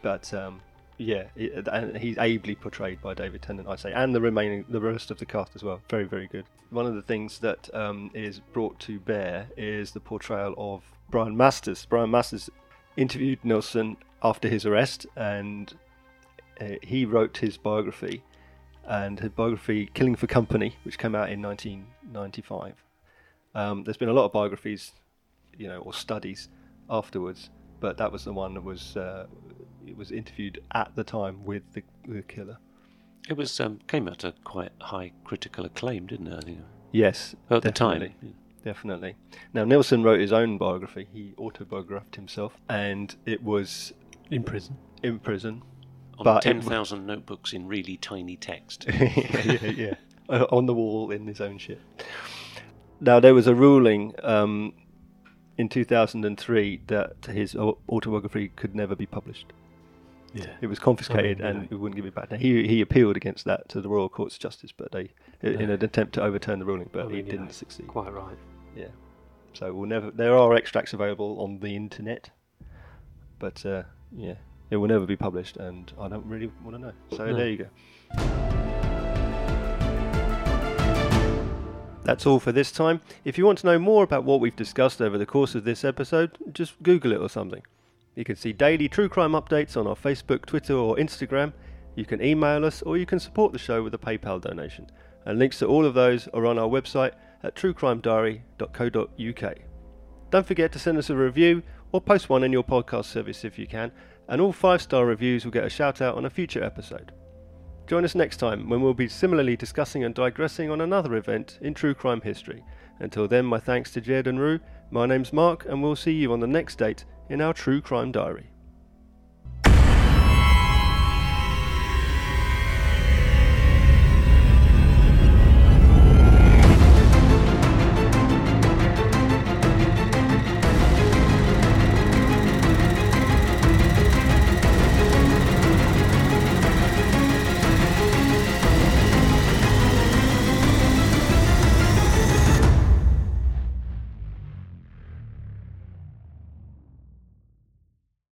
S1: But um, yeah, it, and he's ably portrayed by David Tennant, I say, and the remaining, the rest of the cast as well. Very, very good. One of the things that um, is brought to bear is the portrayal of Brian Masters. Brian Masters interviewed Nelson after his arrest, and uh, he wrote his biography, and his biography, Killing for Company, which came out in 1995. Um, there's been a lot of biographies, you know, or studies afterwards, but that was the one that was uh, it was interviewed at the time with the, the killer.
S2: It was um, came out to quite high critical acclaim, didn't it? I think.
S1: Yes,
S2: At the time,
S1: definitely, definitely. Now Nielsen wrote his own biography. He autobiographed himself, and it was
S3: in prison.
S1: In prison,
S2: On
S1: but it
S2: ten
S1: w-
S2: thousand notebooks in really tiny text.
S1: yeah, yeah. Uh, on the wall in his own shit. Now there was a ruling um, in 2003 that his au- autobiography could never be published.
S3: Yeah.
S1: It was confiscated
S3: Oh, really?
S1: and it wouldn't give it back. Now he he appealed against that to the Royal Courts of Justice, but they in in an attempt to overturn the ruling, but
S3: I
S1: he
S3: mean, you
S1: didn't
S3: know,
S1: succeed.
S3: Quite right.
S1: Yeah. So we'll never. There are extracts available on the internet, but uh, yeah, it will never be published, and I don't really want to know. So
S3: No.
S1: there you go. That's all for this time. If you want to know more about what we've discussed over the course of this episode, just Google it or something. You can see daily true crime updates on our Facebook, Twitter, or Instagram. You can email us or you can support the show with a PayPal donation. And links to all of those are on our website at truecrimediary.co.uk. Don't forget to send us a review or post one in your podcast service if you can, and all five star reviews will get a shout out on a future episode. Join us next time when we'll be similarly discussing and digressing on another event in true crime history. Until then, my thanks to Jed and Rue. My name's Mark, and we'll see you on the next date in our True Crime Diary.